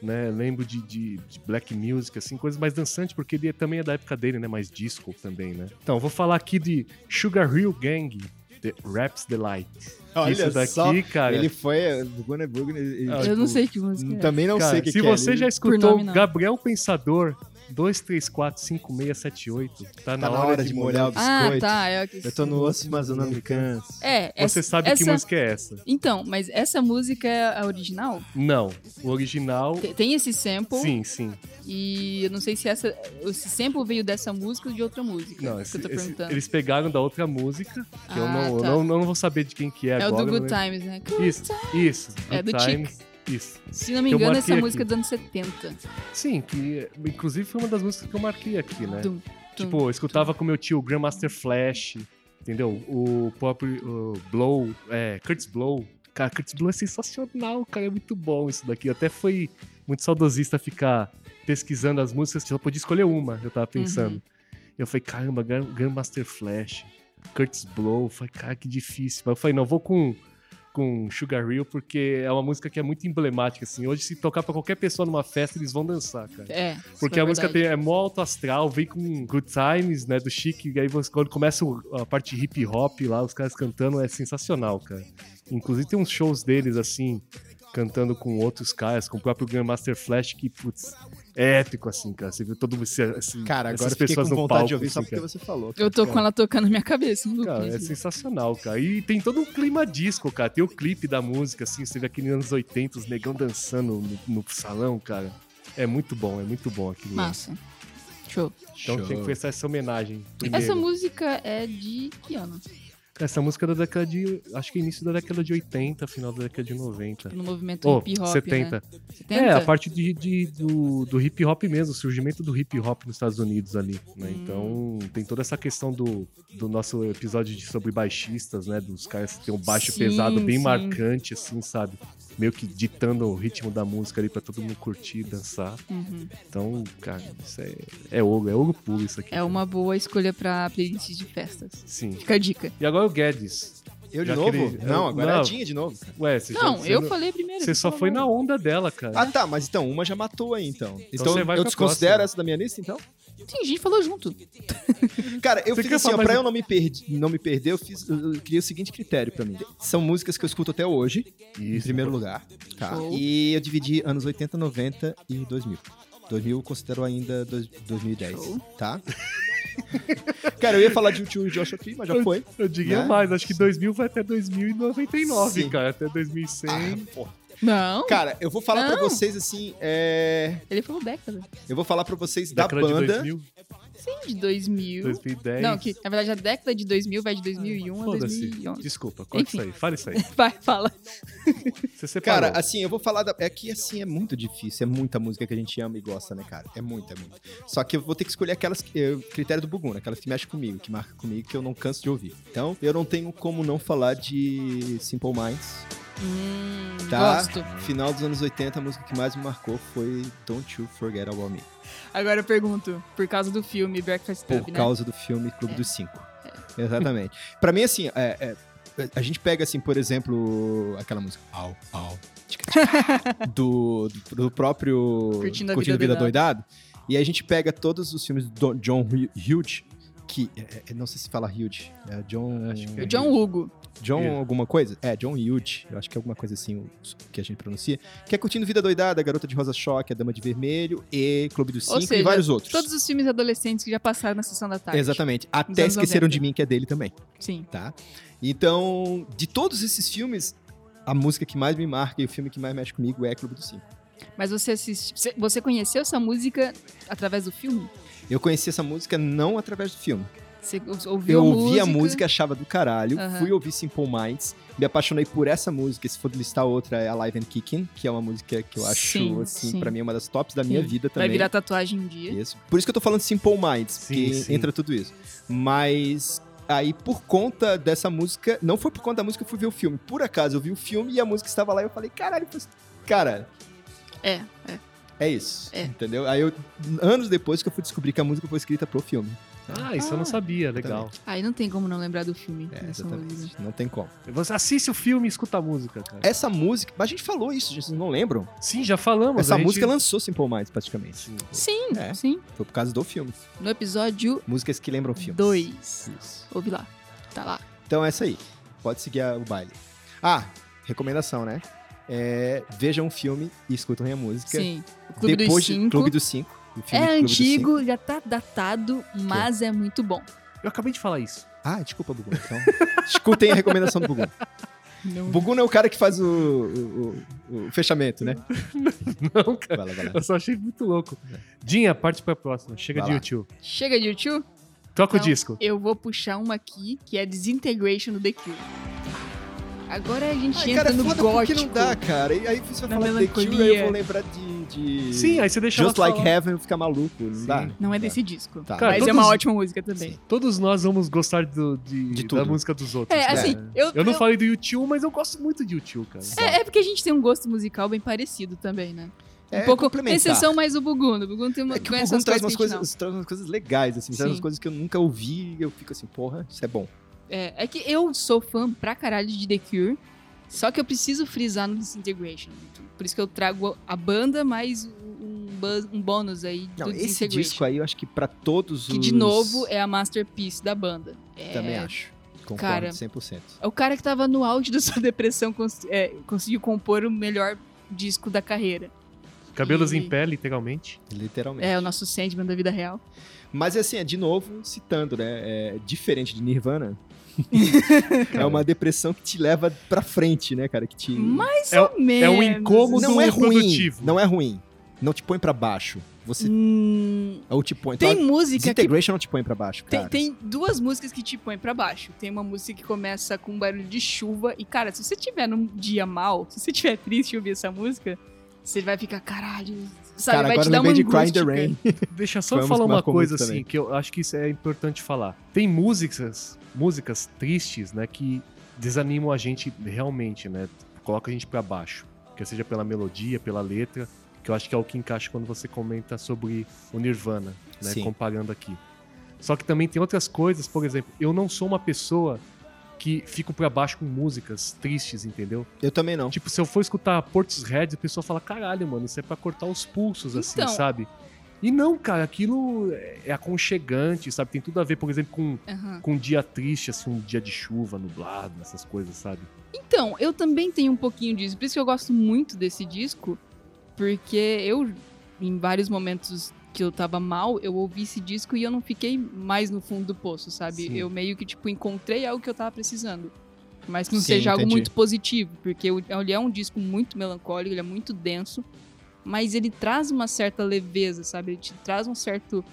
B: né? Lembro de, de- de black music, assim, coisas mais dançantes, porque ele é- também é da época dele, né? Mais disco também, né? Então, vou falar aqui de Sugar Hill Gang, The Raps Delight. Isso daqui, cara.
C: Ele foi do Gunner Bugner. ele,
A: Eu
B: Ah,
C: tipo,
A: não sei que música é.
C: Também não
B: é, cara,
C: sei o que
B: se
C: que
B: você
C: é.
B: já
C: ele-
A: Por
B: escutou
A: nome, não.
B: Gabriel Pensador 2345678, tá, na, hora de molhar.
C: o
A: Ah,
C: biscoito.
A: tá. É, que-
C: Eu tô no osso, mas eu não me canso.
A: É,
B: Você
A: essa,
B: sabe que
A: essa-
B: música é essa?
A: Então, mas essa música é a original?
B: Não, o original.
A: Te- Tem esse sample.
B: Sim, sim.
A: E eu não sei se essa, esse sample veio dessa música ou de outra música.
B: Não,
A: que
B: esse-
A: eu tô
B: esse-
A: perguntando.
B: eles pegaram da outra música, que eu,
A: Ah,
B: não, eu
A: tá.
B: não, não vou saber de quem que é,
A: é o
B: agora.
A: do Good
B: mas-
A: Times, né?
B: Isso, isso.
A: É
B: Good
A: do Chic.
B: Times, Isso.
A: Se não me
B: Eu
A: engano,
B: marquei
A: essa
B: aqui.
A: música é dos anos 70.
B: Sim, que inclusive foi uma das músicas que eu marquei aqui, né?
A: Tum, tum.
B: tipo, eu escutava com meu tio Grandmaster Flash, Entendeu? O próprio o Blow, é, Curtis Blow. Cara, Curtis Blow é sensacional, cara. É muito bom isso daqui. Até foi muito saudosista ficar pesquisando as músicas. Só podia escolher uma, eu tava pensando.
A: Uhum.
B: Eu falei, caramba, Gun- Gunmaster Flash, Curtis Blow. Eu falei, cara, que difícil. Mas eu falei, não, vou com, com Sugar Hill, porque é uma música que é muito emblemática, assim. Hoje, se tocar pra qualquer pessoa numa festa, eles vão dançar, cara.
A: É. isso
B: Porque
A: é
B: a música
A: verdade.
B: tem, é mó alto astral, vem com Good Times, né, do Chic, e aí você- quando começa o- a parte hip hop lá, os caras cantando, é sensacional, cara. Inclusive tem uns shows deles, assim, cantando com outros caras, com o próprio Grandmaster Flash, que, putz, é épico, assim, cara. Você viu todo mundo, esse, assim,
C: Cara, agora
B: essas
C: eu fiquei com
B: pessoas
C: vontade
B: no
C: de
B: palco,
C: ouvir só
B: assim,
C: porque
B: cara.
C: você falou.
A: Eu tô com ela tocando na minha cabeça. Lucas.
B: Cara, é sensacional, cara. E tem todo um clima disco, cara. Tem o clipe da música, assim, você vê aquele anos 80, os negão dançando no, no salão, cara. É muito bom, é muito bom aquilo. lá.
A: Massa. Show.
B: Então tem que prestar essa homenagem primeiro.
A: Essa
B: Essa,
A: música é de que ano?
B: música é da década de. Acho que início da década de 80, final da década de 90.
A: tá No movimento
B: Ou
A: hip hop,
B: 70.
A: né? 70.
B: É, a parte de, de- do, do hip hop mesmo, o surgimento do hip hop nos Estados Unidos ali. Né?
A: Hum.
B: Então tem toda essa questão do, do nosso episódio de, sobre baixistas, né? Dos caras que tem um baixo
A: Sim,
B: pesado bem
A: sim.
B: marcante, assim, sabe? Meio que ditando o ritmo da música ali pra todo mundo curtir, dançar.
A: Uhum.
B: Então, cara, isso é, é ouro, é ouro puro isso aqui.
A: É uma boa escolha pra playlist de festas.
B: Sim.
A: Fica a dica.
B: E agora o Guedes.
C: Eu de
B: Já
C: novo?
B: queria-
C: Não,
B: eu-
C: agora é
B: não.
C: a Dinha de novo. cara.
B: Ué, você
A: Não,
B: já,
A: eu
B: você,
A: falei primeiro.
B: você
A: ele
B: só
A: falou
B: foi
A: mal.
B: na onda dela, cara.
C: Ah tá, mas então, uma já matou aí então. Então,
B: você vai
C: eu
B: pra
C: desconsidero
B: próxima.
C: essa da minha lista então?
A: Sim, a gente falou junto.
C: Cara, eu
B: Você
C: fiz
B: quer
C: assim, ó,
B: falar
C: pra
B: mais um
C: eu não me, perdi- não me perder, eu, fiz, eu eu criei o seguinte critério pra mim. São músicas que eu escuto até hoje, em primeiro lugar. Tá.
A: Show.
C: E eu dividi anos 80, 90 e 2000. 2000 eu considero ainda dois- 2010,
A: Show.
C: tá? [LAUGHS] Cara, eu ia falar de um U2 e Joshua Tree, mas já foi.
B: Eu diria
C: Né?
B: mais, acho que 2000 vai até 2099,
C: Sim.
B: cara, até 2100.
C: Ah, porra.
A: Não,
C: Cara, eu vou falar pra
A: Não.
C: vocês assim, é...
A: ele falou década.
C: Eu vou falar pra vocês da
B: década de
C: banda...
B: 2000,
A: Sim, de 2000.
B: 2010.
A: Não, que na verdade a década de 2000 vai de 2001 a
B: Foda-se.
A: 2011.
B: Desculpa, corta
A: Enfim.
B: isso aí. Fala isso aí.
A: [LAUGHS] Vai, fala.
B: Você
C: [LAUGHS]
B: separou.
C: Cara, assim, eu vou falar da... É que, assim, é muito difícil. É muita música que a gente ama e gosta, né, cara? É muita, é muita. Só que eu vou ter que escolher aquelas... que- eh, Critério do Buguna, aquelas que mexem comigo, que marcam comigo, que eu não canso de ouvir. Então, eu não tenho como não falar de Simple Minds,
A: Hum,
C: tá?
A: Gosto.
C: Final dos anos 80, a música que mais me marcou foi Don't You Forget About Me.
A: Agora eu pergunto, por causa do filme Breakfast
C: Por
A: Club, né? É.
C: causa do filme Clube dos Cinco. Exatamente. [LAUGHS] pra mim, assim, é- é, a gente pega, assim, por exemplo, aquela música... Au, au. tchica, tchica,
A: [LAUGHS]
C: do, do, do próprio
A: Curtindo a Vida
C: Doidado. E a gente pega todos os filmes do John Hu- Hughes, que... é, é, não sei se fala Hughes. É John...
B: Acho que
A: O John Hugo.
C: John
B: Yeah.
C: alguma coisa? É, John Hughes, eu acho que é alguma coisa assim o- que a gente pronuncia. Que é Curtindo Vida Doidada, Garota de Rosa Choque, A Dama de Vermelho e Clube dos
A: Ou
C: Cinco
A: seja,
C: e vários outros.
A: Todos os filmes adolescentes que já passaram na sessão da tarde.
C: Exatamente.
A: Nos
C: Até
A: anos
C: Esqueceram
A: 90.
C: de Mim, que é dele também,
A: Sim.
C: tá? Então, de todos esses filmes, a música que mais me marca e o filme que mais mexe comigo é Clube dos Cinco.
A: Mas você assiste, você- você conheceu essa música através do filme?
C: Eu conheci essa música não através do filme.
A: Você ouviu
C: Eu
A: a
C: ouvi
A: música?
C: a música, achava do caralho,
A: Aham.
C: fui ouvir Simple Minds, me apaixonei por essa música. Se for listar outra, é Alive and Kicking, que é uma música que eu acho,
A: Sim,
C: assim,
A: sim.
C: pra mim, uma das tops da minha
A: Sim.
C: vida
A: Vai
C: também.
A: virar tatuagem um dia.
C: Isso. Por isso que eu tô falando de Simple Minds,
B: Sim,
C: que
B: sim.
C: entra tudo isso. Mas aí, por conta dessa música, não foi por conta da música que eu fui ver o filme. Por acaso, eu vi o filme e a música estava lá e eu falei, caralho, mas- cara,
A: É,
C: é isso.
A: É.
C: Entendeu? Aí eu, anos depois que eu fui descobrir que a música foi escrita pro filme.
B: Ah, isso eu não sabia, legal.
A: Aí não tem como não lembrar do filme.
C: É,
A: nessa música.
C: exatamente. Não tem como.
B: Você assiste o filme e escuta a música, cara.
C: Essa música, mas a gente falou isso, gente, vocês não lembram?
B: Sim, já falamos.
C: Essa
B: a gente-
C: música lançou Simple Minds, praticamente.
B: Sim.
A: Sim,
C: É.
A: sim.
C: Foi por causa do filme.
A: No episódio
C: Músicas que lembram filmes.
A: 2.
C: Isso.
A: Ouve lá. Tá lá.
C: Então é essa aí. Pode seguir a- o baile. Ah, recomendação, né? É, vejam o filme e escutem a música.
A: Sim. O Clube
C: Depois
A: dos
C: de
A: Cinco.
C: Clube dos Cinco. o filme
A: é
C: Clube dos Cinco.
A: antigo, já tá datado, mas é muito bom.
B: Eu acabei de falar isso. [LAUGHS]
C: Ah, desculpa, Bugun. Então, [LAUGHS] escutem a recomendação do Bugun. O
A: Não.
C: Bugun é o cara que faz o, o- o- o fechamento, né?
B: Não, cara.
C: Vai lá, vai lá.
B: Eu só achei muito louco. Dinha, parte pra próxima. Chega
C: É. Vai
B: de
C: lá.
B: YouTube.
A: Chega de YouTube.
B: Toca o
A: Então,
B: disco.
A: Eu vou puxar uma aqui, que é Disintegration do The Cure. Agora a [LAUGHS] gente
C: Ai,
A: entra
C: cara, é
A: no
C: foda porque
A: gótico.
C: não dá, cara. E aí você
A: Na
C: vai falar de The Cure,
A: melancolia.
C: aí eu vou lembrar de... de...
B: Sim, aí você deixa
C: Just
B: ela
C: Like
B: falar.
C: Heaven fica maluco, não
B: Sim.
C: dá?
A: Não é
C: dá.
A: desse disco.
C: Tá.
B: Cara,
A: mas é
B: todos-
A: uma ótima música também.
B: Todos nós vamos gostar do, de,
C: De
B: da
C: tudo.
B: música dos outros.
A: É,
B: cara.
A: assim, eu,
B: Eu não falei do YouTube, mas eu gosto muito de YouTube, cara.
A: É, é porque a gente tem um gosto musical bem parecido também, né?
C: É
A: um pouco
C: complementar.
A: exceção mais o Buguno. O Buguno tem uma
C: É que o
A: conhece
C: Bugun traz umas,
A: que a gente não.
C: coisas, traz umas coisas legais, assim, traz
A: Sim.
C: umas coisas que eu nunca ouvi e eu fico assim, porra, isso é bom.
A: É, é que eu sou fã pra caralho de The Cure, só que eu preciso frisar no Disintegration. Por isso que eu trago a banda mais um, buzz- um bônus aí do
C: Não, esse
A: Disintegration.
C: disco aí eu acho que pra todos os.
A: que, de novo, é a masterpiece da banda. É,
C: Também acho. Concordo
A: Cara.
C: 100%.
A: é o cara que tava no auge [LAUGHS] da sua depressão cons- é, conseguiu compor o melhor disco da carreira.
B: Cabelos
A: E-
B: em pé, literalmente.
C: Literalmente.
A: É, o nosso Sandman da vida real.
C: Mas assim, é de novo, citando, né? É diferente
A: [LAUGHS]
C: de Nirvana. é uma depressão que te leva pra frente, né, cara? Que te.
A: Mais
B: É-
A: ou menos.
B: é um incômodo
C: não é ruim.
B: reprodutivo.
C: Não é ruim. Não te põe pra baixo. Você.
A: Hum,
C: Ou te põe.
A: tem
C: então,
A: música que
C: Disintegration não te põe pra baixo,
A: Tem,
C: cara.
A: tem duas músicas que te põem pra baixo. Tem uma música que começa com um barulho de chuva. E, cara, se você tiver num dia mal, se você tiver triste e ouvir essa música, você vai ficar, caralho, sabe?
C: Cara,
A: vai
C: agora
A: te dar
C: eu
A: uma
C: lembrei de Cry in
A: angústia.
C: the Rain.
B: Deixa eu só
C: Foi uma
B: falar
C: música que
B: uma
C: marcou
B: coisa
C: muito
B: assim,
C: também.
B: que eu acho que isso é importante falar. Tem músicas, músicas tristes, né, que desanimam a gente realmente, né? Coloca a gente pra baixo, que seja pela melodia, pela letra, que eu acho que é o que encaixa quando você comenta sobre o Nirvana, né,
C: Sim.
B: comparando aqui. Só que também tem outras coisas, por exemplo, eu não sou uma pessoa que fico pra baixo com músicas tristes, entendeu?
C: Eu também não.
B: Tipo, se eu for escutar Portishead, o pessoal fala, caralho, mano, isso é pra cortar os pulsos, assim,
A: Então.
B: sabe? E não, cara, aquilo é aconchegante, sabe? Tem tudo a ver, por exemplo, com,
A: Aham.
B: com um dia triste, assim, um dia de chuva, nublado, essas coisas, sabe?
A: Então, eu também tenho um pouquinho disso. Por isso que eu gosto muito desse disco. Porque eu, em vários momentos que eu tava mal, eu ouvi esse disco e eu não fiquei mais no fundo do poço, sabe?
B: Sim.
A: Eu meio que, tipo, encontrei algo que eu tava precisando. Mas que não
C: Sim,
A: seja algo
C: entendi.
A: muito positivo, porque o- ele é um disco muito melancólico, ele é muito denso, mas ele traz uma certa leveza, sabe? Ele te traz um certo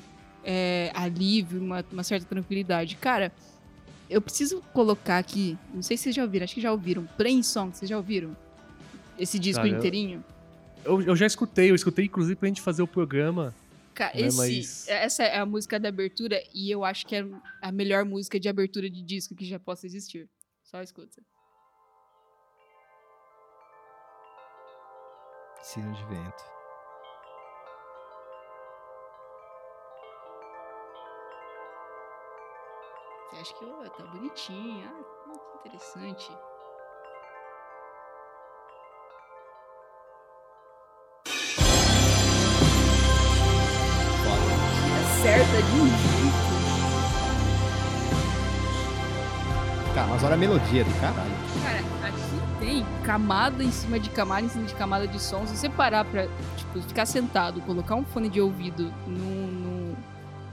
A: é, alívio, uma, uma certa tranquilidade. Cara, eu preciso colocar aqui, não sei se vocês já ouviram, acho que já ouviram, Plain Song, vocês já ouviram? Esse disco
B: Cara, eu-
A: inteirinho?
B: Eu, eu já escutei, eu escutei, inclusive, pra gente fazer o programa.
A: Cara,
B: né,
A: esse-
B: mas-
A: essa é a música da abertura e eu acho que é a melhor música de abertura de disco que já possa existir. Só escuta.
C: Sino de vento.
A: Você acha que "Ô, tá bonitinha, ah, que interessante. Acerta de um jeito.
C: Cara, mas olha a melodia do caralho.
A: Cara, aqui tem camada em cima de camada, em cima de camada de som. Se você parar pra, tipo, ficar sentado, colocar um fone de ouvido num, num,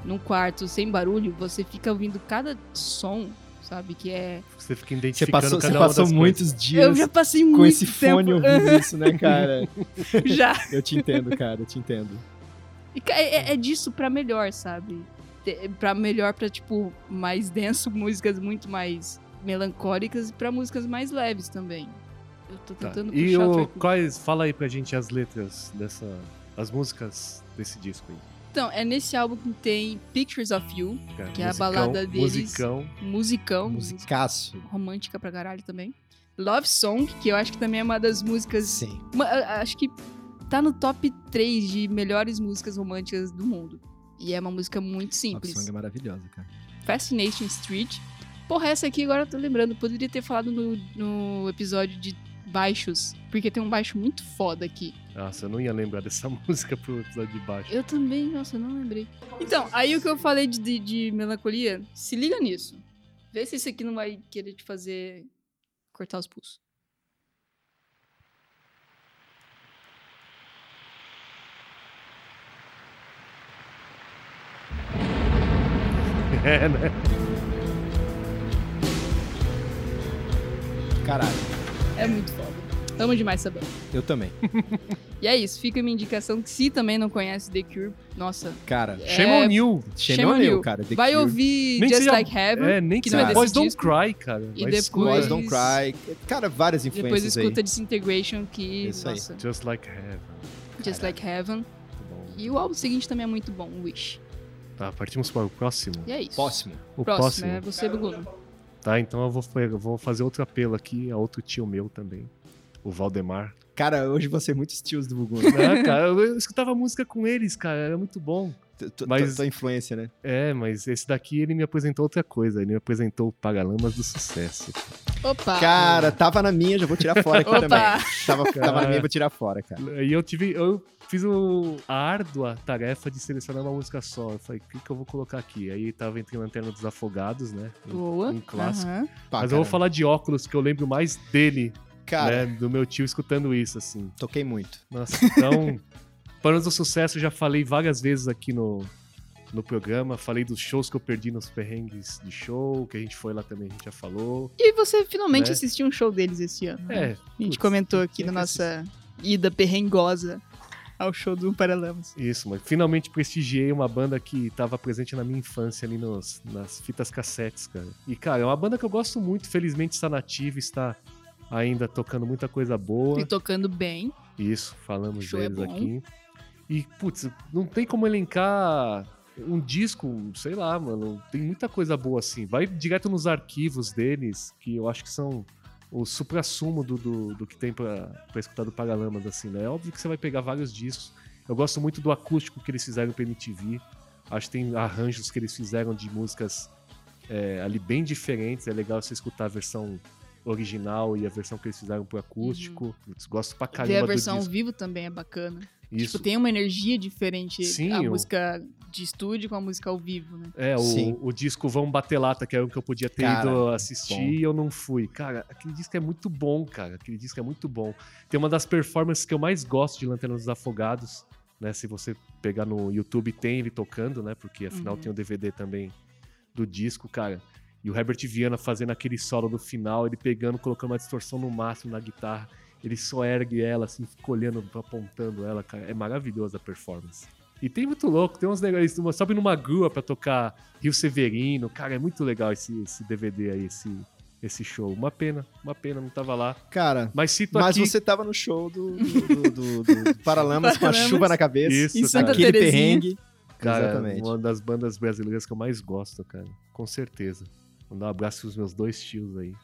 A: num quarto sem barulho, você fica ouvindo cada som, sabe? Que é.
B: Você fica
C: Você
B: identificando
C: passou,
B: cada
C: você
B: uma
C: passou
B: das
C: muitos
A: Eu
C: dias
A: já passei
C: com
A: muito
C: esse
A: tempo
C: fone ouvindo isso, né, cara?
A: [LAUGHS] já.
C: Eu te entendo, cara, eu te entendo.
A: E ca- É, é- é disso pra melhor, sabe? Te- Pra melhor, pra, tipo, mais denso, [LAUGHS] músicas muito mais melancólicas e pra músicas mais leves também. Eu tô
B: Tá.
A: tentando
B: E
A: puxar
B: o,
A: outra coisa.
B: quais, fala aí pra gente as letras dessa... As músicas desse disco aí.
A: Então, é nesse álbum que tem Pictures of You,
B: cara.
A: Que é a balada deles.
B: Musicão.
A: musicão, música
C: Musicaço.
A: romântica pra caralho também. Love Song, que eu acho que também é uma das músicas.
C: Sim.
A: uma- a- acho que tá no top 3 de melhores músicas românticas do mundo. E é uma música muito
C: Love
A: simples.
C: Song é maravilhosa, cara.
A: Fascination Street. Porra, essa aqui agora eu tô lembrando. Poderia ter falado no, no episódio de baixos, porque tem um baixo muito foda aqui.
B: Nossa, eu não ia lembrar dessa [LAUGHS] música pro episódio de baixo.
A: Eu também, nossa, não lembrei. Então, aí o que eu falei de, de, de melancolia, se liga nisso. Vê se isso aqui não vai querer te fazer cortar os pulsos.
B: É, né?
C: Caralho.
A: É muito foda. Amo demais essa banda.
C: Eu também.
A: E é isso, fica a minha indicação que se também não conhece The Cure, nossa,
C: Cara,
B: Shame on you.
C: Shane
A: Shame on
C: O'Neill,
A: you.
C: cara. The
A: vai
C: Cure,
A: ouvir
B: Nem que
A: Just
B: seja-
A: Like Heaven,
B: É, nem
A: que
B: que
A: não é
C: seja
A: desse
B: Boys Don't
A: disco.
B: Cry, cara.
A: E
B: Vai
A: depois-
C: Boys
B: escuta
C: Don't Cry. Cara, várias
A: Depois
C: influências
A: escuta
C: aí.
A: Disintegration, que,
C: Isso aí.
A: nossa,
B: Just Like Heaven.
A: Just
C: Caraca.
A: Like Heaven.
B: Muito bom.
A: E o álbum seguinte também é muito bom, Wish.
B: Tá, partimos para o próximo.
A: E é isso.
C: Próximo.
B: O
A: Próximo,
B: próximo.
A: é você, Buguno.
B: Tá, então eu vou, eu vou fazer outro apelo aqui a outro tio meu também.
A: [LAUGHS]
B: O Valdemar.
C: Cara, hoje vão ser muitos tios do né? Bugun.
B: [LAUGHS] Ah, cara, eu eu escutava música com eles, cara. Era muito bom.
C: Tu- tu-
B: Mas-
C: Tua influência, né?
B: É, mas esse daqui ele me apresentou outra coisa. Ele me apresentou o Paralamas do Sucesso.
A: Opa!
C: Cara, tava na minha, já vou tirar fora aqui
A: Opa!
C: também. Tava, tava na
B: Cara.
C: minha, vou tirar fora, cara.
B: E eu tive. Eu fiz o, a árdua tarefa de selecionar uma música só. Eu falei, o que, que eu vou colocar aqui? Aí tava entre Lanterna dos Afogados, né? Um-
A: Boa.
B: Um clássico.
A: Aham.
C: Pá,
B: mas eu vou
C: cara,
B: falar de óculos, que eu lembro mais dele,
C: Cara,
B: né? Do meu tio escutando isso, assim.
C: toquei muito.
B: Nossa, então. Panos do Sucesso, eu já falei várias vezes aqui no, no programa. Falei dos shows que eu perdi nos perrengues de show, que a gente foi lá também, a gente já falou.
A: E você finalmente
B: Né?
A: assistiu um show deles esse ano. né?
B: É,
A: A gente
B: putz,
A: comentou aqui
B: tinha
A: na
B: que
A: nossa ida perrengosa ao show do Paralamas.
B: isso, mas finalmente prestigiei uma banda que tava presente na minha infância ali nos, nas fitas cassetes, cara. E, cara, é uma banda que eu gosto muito, felizmente está nativa, está ainda tocando muita coisa boa.
A: E tocando bem.
B: Isso, falamos
A: Show é
B: deles
A: bom.
B: aqui. E, putz, não tem como elencar um disco, sei lá, mano. Tem muita coisa boa assim. Vai direto nos arquivos deles, que eu acho que são o supra-sumo do, do, do que tem pra, pra escutar do Paralamas, assim, né? É óbvio que você vai pegar vários discos. Eu gosto muito do acústico que eles fizeram pra MTV. Acho que tem arranjos que eles fizeram de músicas é, ali bem diferentes. É legal você escutar a versão original e a versão que eles fizeram pro acústico.
A: Uhum.
B: Putz, gosto pra caramba
A: Ver a
B: do
A: versão ao
B: disco.
A: vivo também é bacana.
B: Isso.
A: Tipo, tem uma energia diferente
B: Sim,
A: a
B: eu-
A: música de estúdio com a música ao vivo, né?
B: É,
C: Sim.
B: o, o disco Vão Bater Lata, que é o que eu podia ter
C: Cara,
B: ido assistir
C: bom.
B: e eu não fui. Cara, aquele disco é muito bom, cara. Aquele disco é muito bom. Tem uma das performances que eu mais gosto de Lanterna dos Afogados, né? Se você pegar no YouTube, tem ele tocando, né? Porque afinal
A: Uhum.
B: tem o DVD também do disco, cara. E o Herbert Viana fazendo aquele solo do final, ele pegando, colocando uma distorção no máximo na guitarra. Ele só ergue ela, assim, fica olhando, apontando ela, cara. É maravilhosa a performance. E tem muito louco, tem uns negócios, uma- sobe numa grua pra tocar Rio Severino. Cara, é muito legal esse, esse DVD aí, esse, esse show. Uma pena, uma pena, não tava lá.
C: Cara,
B: Mas cito
C: mas
B: aqui...
C: você tava no show do, do, do- do-
A: [LAUGHS]
C: do Paralamas com a
A: Paralamas.
C: chuva na cabeça.
B: Isso,
A: Em Santa
C: aquele
A: Terezinha.
C: perrengue.
B: Cara,
C: Exatamente.
B: uma das bandas brasileiras que eu mais gosto, cara. Com certeza. Mandar um abraço pros meus dois tios aí.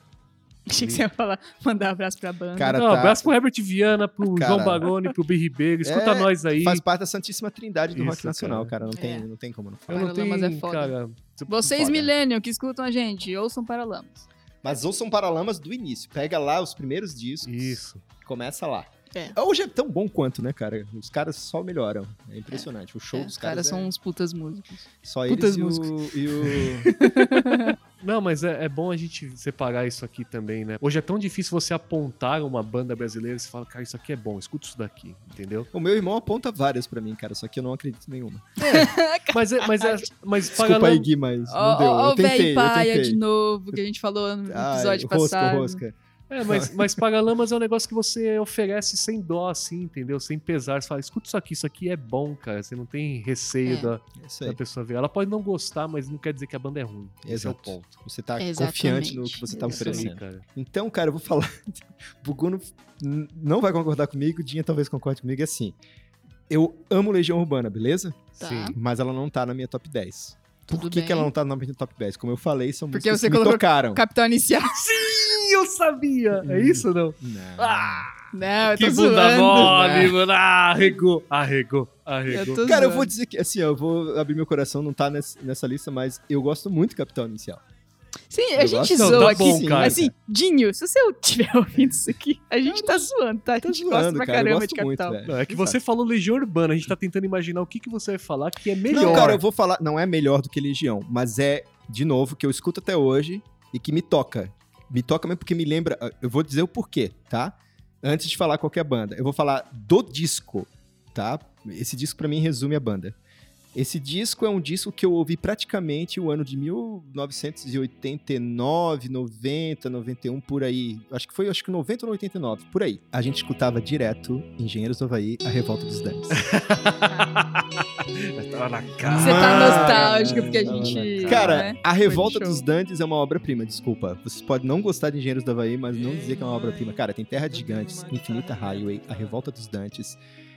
A: Achei que você ia falar, mandar um abraço pra banda.
C: Cara,
B: Não,
C: tá-
B: abraço pro Herbert Viana, pro
C: Cara.
B: João Baroni, pro B. Ribeiro. Escuta
C: É,
B: nós aí.
C: Faz parte da Santíssima Trindade do
B: Isso,
C: rock nacional, cara. Não, tem,
A: É.
C: não tem como não falar.
B: Eu não tenho,
A: Paralamas é foda.
B: cara...
A: Vocês,
C: foda.
A: millennial, que escutam a gente, ouçam Paralamas.
C: Mas ouçam Paralamas do início. Pega lá os primeiros discos.
B: Isso.
C: Começa lá.
A: É.
C: Hoje é tão bom quanto, né, cara? Os caras só melhoram. É impressionante. O show
A: É,
C: dos
A: os
C: caras,
A: caras
C: é
A: são uns putas músicos.
C: só
A: putas
C: eles e o, e o-
B: [LAUGHS] Não, mas é, é bom a gente separar isso aqui também, né? Hoje é tão difícil você apontar uma banda brasileira e você fala, cara, isso aqui é bom, escuta isso daqui, entendeu?
C: o meu irmão aponta várias pra mim, cara, só que eu não acredito em nenhuma.
B: Mas é, mas é, mas
C: [LAUGHS] Desculpa
B: Paralamas-
C: aí, Gui, mas
A: Ó,
C: não deu.
A: ó, ó,
C: eu tentei,
A: velho paia
C: eu
A: de
C: tentei.
A: novo, que a gente falou no
C: [LAUGHS] Ai,
A: episódio
C: rosca,
A: passado.
C: rosca.
B: É,
C: [LAUGHS]
B: mas, mas Paralamas é um negócio que você oferece sem dó, assim, entendeu? Sem pesar. Você fala, escuta isso aqui, isso aqui é bom, cara. Você não tem receio
A: É.
B: da,
C: É Isso
B: da
C: aí.
B: pessoa ver. Ela pode não gostar, mas não quer dizer que a banda é ruim. Esse é o
C: Exato.
B: ponto. É
C: Você tá
A: Exatamente.
C: confiante no que você tá
A: Isso aí.
B: Isso aí,
C: oferecendo.
B: cara.
C: Então, cara, eu vou falar. [LAUGHS] Buguno n- não vai concordar comigo, Dinha talvez concorde comigo, é assim. Eu amo Legião Urbana, beleza?
A: Tá.
B: Sim.
C: Mas ela não tá na minha top 10. Por
A: Tudo
C: que, que ela
A: bem.
C: não tá na minha top 10? Como eu falei, são
A: Porque
C: músicas
A: você
C: que me
A: colocou-
C: tocaram.
A: Capitão Inicial. [LAUGHS]
B: Ih, eu sabia!
C: Uhum.
B: É isso ou não?
C: Não.
B: Ah,
A: Não, eu tô
B: que bunda
A: zoando.
B: mole, mano. Ah, arregou, arregou, arregou.
A: Eu tô
C: Cara, eu
A: zoando.
C: vou dizer que, assim, eu vou abrir meu coração, não tá nessa, nessa lista, mas eu gosto muito do Capitão Inicial.
A: Sim, a
C: Eu
A: gente
C: gosto.
B: Não,
A: zoa
B: tá
A: aqui.
B: bom,
A: sim.
B: cara.
A: Mas, assim, Dinho, se você [LAUGHS] tiver ouvindo isso aqui, a gente tá zoando, tá? A
C: Tá
A: gente gosta
C: zoando,
A: pra
C: cara, eu
A: caramba
C: gosto
A: de
C: muito,
A: Capital.
C: velho.
B: Não, é que
C: Exato.
B: você falou Legião Urbana, a gente tá tentando imaginar o que, que você vai falar que é melhor.
C: Não, cara, eu vou falar, não é melhor do que Legião, mas é, de novo, que eu escuto até hoje e que me toca. Me toca mesmo porque me lembra, ah, eu vou dizer o porquê, tá? Antes de falar qualquer banda, eu vou falar do disco, tá? Esse disco pra mim resume a banda. Esse disco é um disco que eu ouvi praticamente o ano de 1989, 90, 91, por aí. Acho que foi, acho que 90 ou 89, por aí. A gente escutava direto Engenheiros do Havaí, A Revolta dos Dance.
B: Tava na cara.
A: Você tá nostálgico porque a
C: Tava
A: gente.
B: na
C: Tá Cara,
A: né?
C: A Revolta
A: show.
C: dos Dantes é uma obra-prima, desculpa. Vocês podem não gostar de Engenheiros do Havaí, mas não dizer que é uma obra-prima. Cara, tem Terra de Gigantes, Infinita Highway, A Revolta dos Dantes,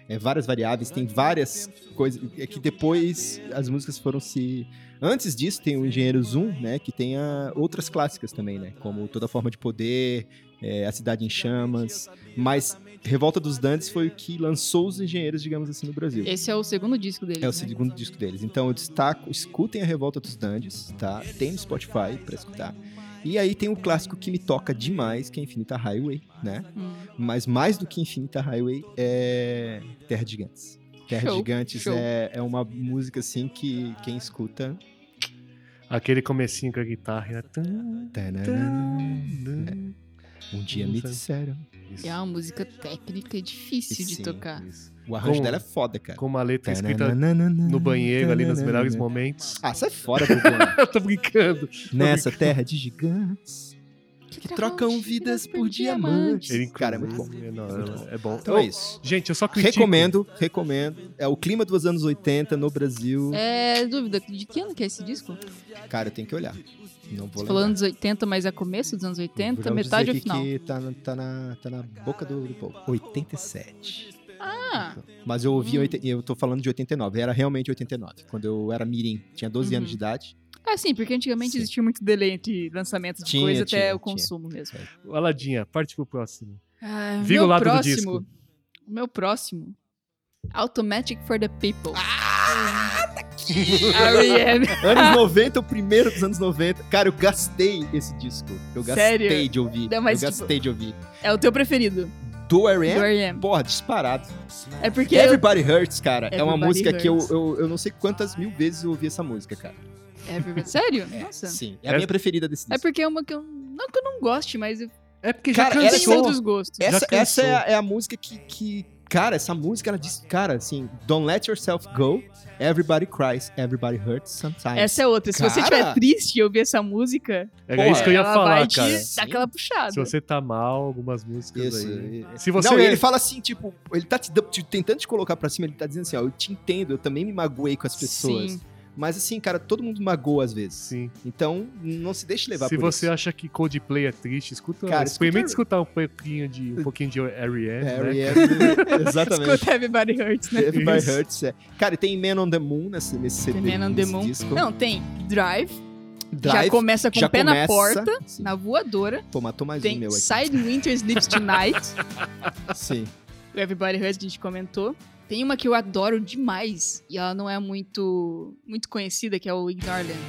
C: é, várias variáveis, tem várias coisas. É que depois as músicas foram se. Antes disso, tem o Engenheiros 1, né? Que tem a- outras clássicas também, né? Como Toda Forma de Poder, é, A Cidade em Chamas. Mas Revolta dos Dantes foi o que lançou os engenheiros, digamos assim, no Brasil.
A: Esse é o segundo disco dele.
C: É o
A: né?
C: segundo disco deles. Então eu destaco, escutem a Revolta dos Dandes, tá? Tem no Spotify pra escutar. E aí tem um clássico que me toca demais, que é Infinita Highway, né?
A: Hum.
C: Mas mais do que Infinita Highway é Terra de Gigantes. Terra de
A: Show,
C: Gigantes
A: show.
C: é, é uma música assim que quem escuta.
B: Aquele comecinho com a guitarra. né? Tum,
C: Tananana.
B: tum, tum.
C: Um dia me disseram.
B: Isso,
A: E é uma música técnica e difícil de
C: Sim.
A: tocar.
B: isso.
C: O arranjo
B: Com-
C: dela é foda, cara.
B: Com uma letra escrita
C: Tananana,
B: no banheiro ali nos
C: tananana.
B: melhores momentos.
C: Ah, sai fora, Bruno.
B: [LAUGHS] Eu tô brincando.
C: Nessa terra de gigantes.
A: Que,
C: trocam vidas por diamantes. Cara, é muito bom.
B: É, não, é- é bom.
C: Então é isso.
B: Gente, eu só critico.
C: Recomendo, recomendo. É o clima dos anos 80 no Brasil.
A: É dúvida, de que ano que é esse disco?
C: Cara, tem que olhar.
A: Você
C: Não vou lembrar.
A: falou anos 80, mas é começo dos anos 80,
C: Vou
A: metade
C: dizer
A: ou final?
C: aqui Que tá, na- tá na, tá na boca do, do povo. 87.
A: Ah,
C: Mas eu ouvi,
A: Hum.
C: oitenta- eu tô falando de 89. Era realmente 89. Quando eu era mirim, tinha 12
A: Uhum.
C: anos de idade.
A: é sim, porque antigamente
C: Sim.
A: existia muito delay entre lançamento de
C: Tinha,
A: coisa até
C: tinha,
A: o
C: tinha.
A: consumo mesmo.
B: Aladinha, parte pro próximo.
A: Ah,
B: Viga
A: meu
B: o lado do
A: próximo, O meu próximo. Automatic for the People. Ah, [LAUGHS] tá aqui! R.E.M. [LAUGHS]
C: Anos 90, o primeiro dos anos 90. Cara, eu gastei esse disco. Eu gastei
A: Sério?
C: de ouvir.
A: Não, mas,
C: eu
A: tipo,
C: gastei de ouvir.
A: É o teu preferido,
C: Do
A: do
C: R.M.?
A: R.E.M.
C: Porra, disparado.
A: É porque...
C: Everybody Hurts, cara. é uma
A: Everybody
C: música que eu,
A: Hurts.
C: eu, eu não sei quantas mil vezes eu ouvi essa música, cara.
A: Everybody- Sério? Nossa.
C: Sim, é a
B: É-
C: minha preferida desse
A: É
C: disco.
A: porque é uma que eu... Não que eu não goste, mas eu
B: É porque já
C: já Cara,
B: Cara,
C: era
A: tenho
C: cansou.
A: outros gostos.
B: É-
C: essa
B: já cansou.
C: essa é, a, é a música que, que- Cara, essa música, ela diz. Cara, assim, Don't Let Yourself Go, Everybody Cries, Everybody Hurts Sometimes.
A: Essa é outra. Se você
C: Cara.
A: estiver triste e ouvir essa música,
B: Era É, isso que eu ia
A: ela
B: falar,
A: vai te
B: cara.
A: dar aquela puxada.
B: Se você tá mal, algumas músicas
C: Isso.
B: aí.
C: é-
B: Se você
C: Não, e ele fala assim, tipo, ele tá te, dando- te- tentando te colocar pra cima, ele tá dizendo assim, ó, eu te entendo, eu também me magoei com as pessoas.
A: Sim.
C: Mas assim, cara, todo mundo magoa às vezes.
B: Sim.
C: Então, não se deixe levar
B: Se
C: por
B: você
C: isso.
B: acha que Coldplay é triste, escuta,
C: Cara,
B: experimente
C: escuta-
B: escutar um pouquinho de um pouquinho de R.E.M.,
C: [LAUGHS]
B: né?
C: Harry, é- exatamente.
A: Escuta Everybody Hurts, né?
C: Everybody
B: Isso.
C: Hurts, é. Cara, e tem Man on the Moon nesse, nesse CD.
A: Tem Man on the
C: nesse
A: Moon.
C: Disco.
A: Não, tem Drive,
C: Drive,
A: já começa Tá com
C: já
A: o pé na
C: começa-
A: porta,
C: Sim.
A: na voadora.
C: Pô, matou mais um
A: Tem
C: meu aqui.
A: Side Winter Sleeps Tonight,
C: Sim.
A: o [LAUGHS] Everybody Hurts que a gente comentou. Tem uma que eu adoro demais, e ela não é muito, muito conhecida, que é o Ignorland.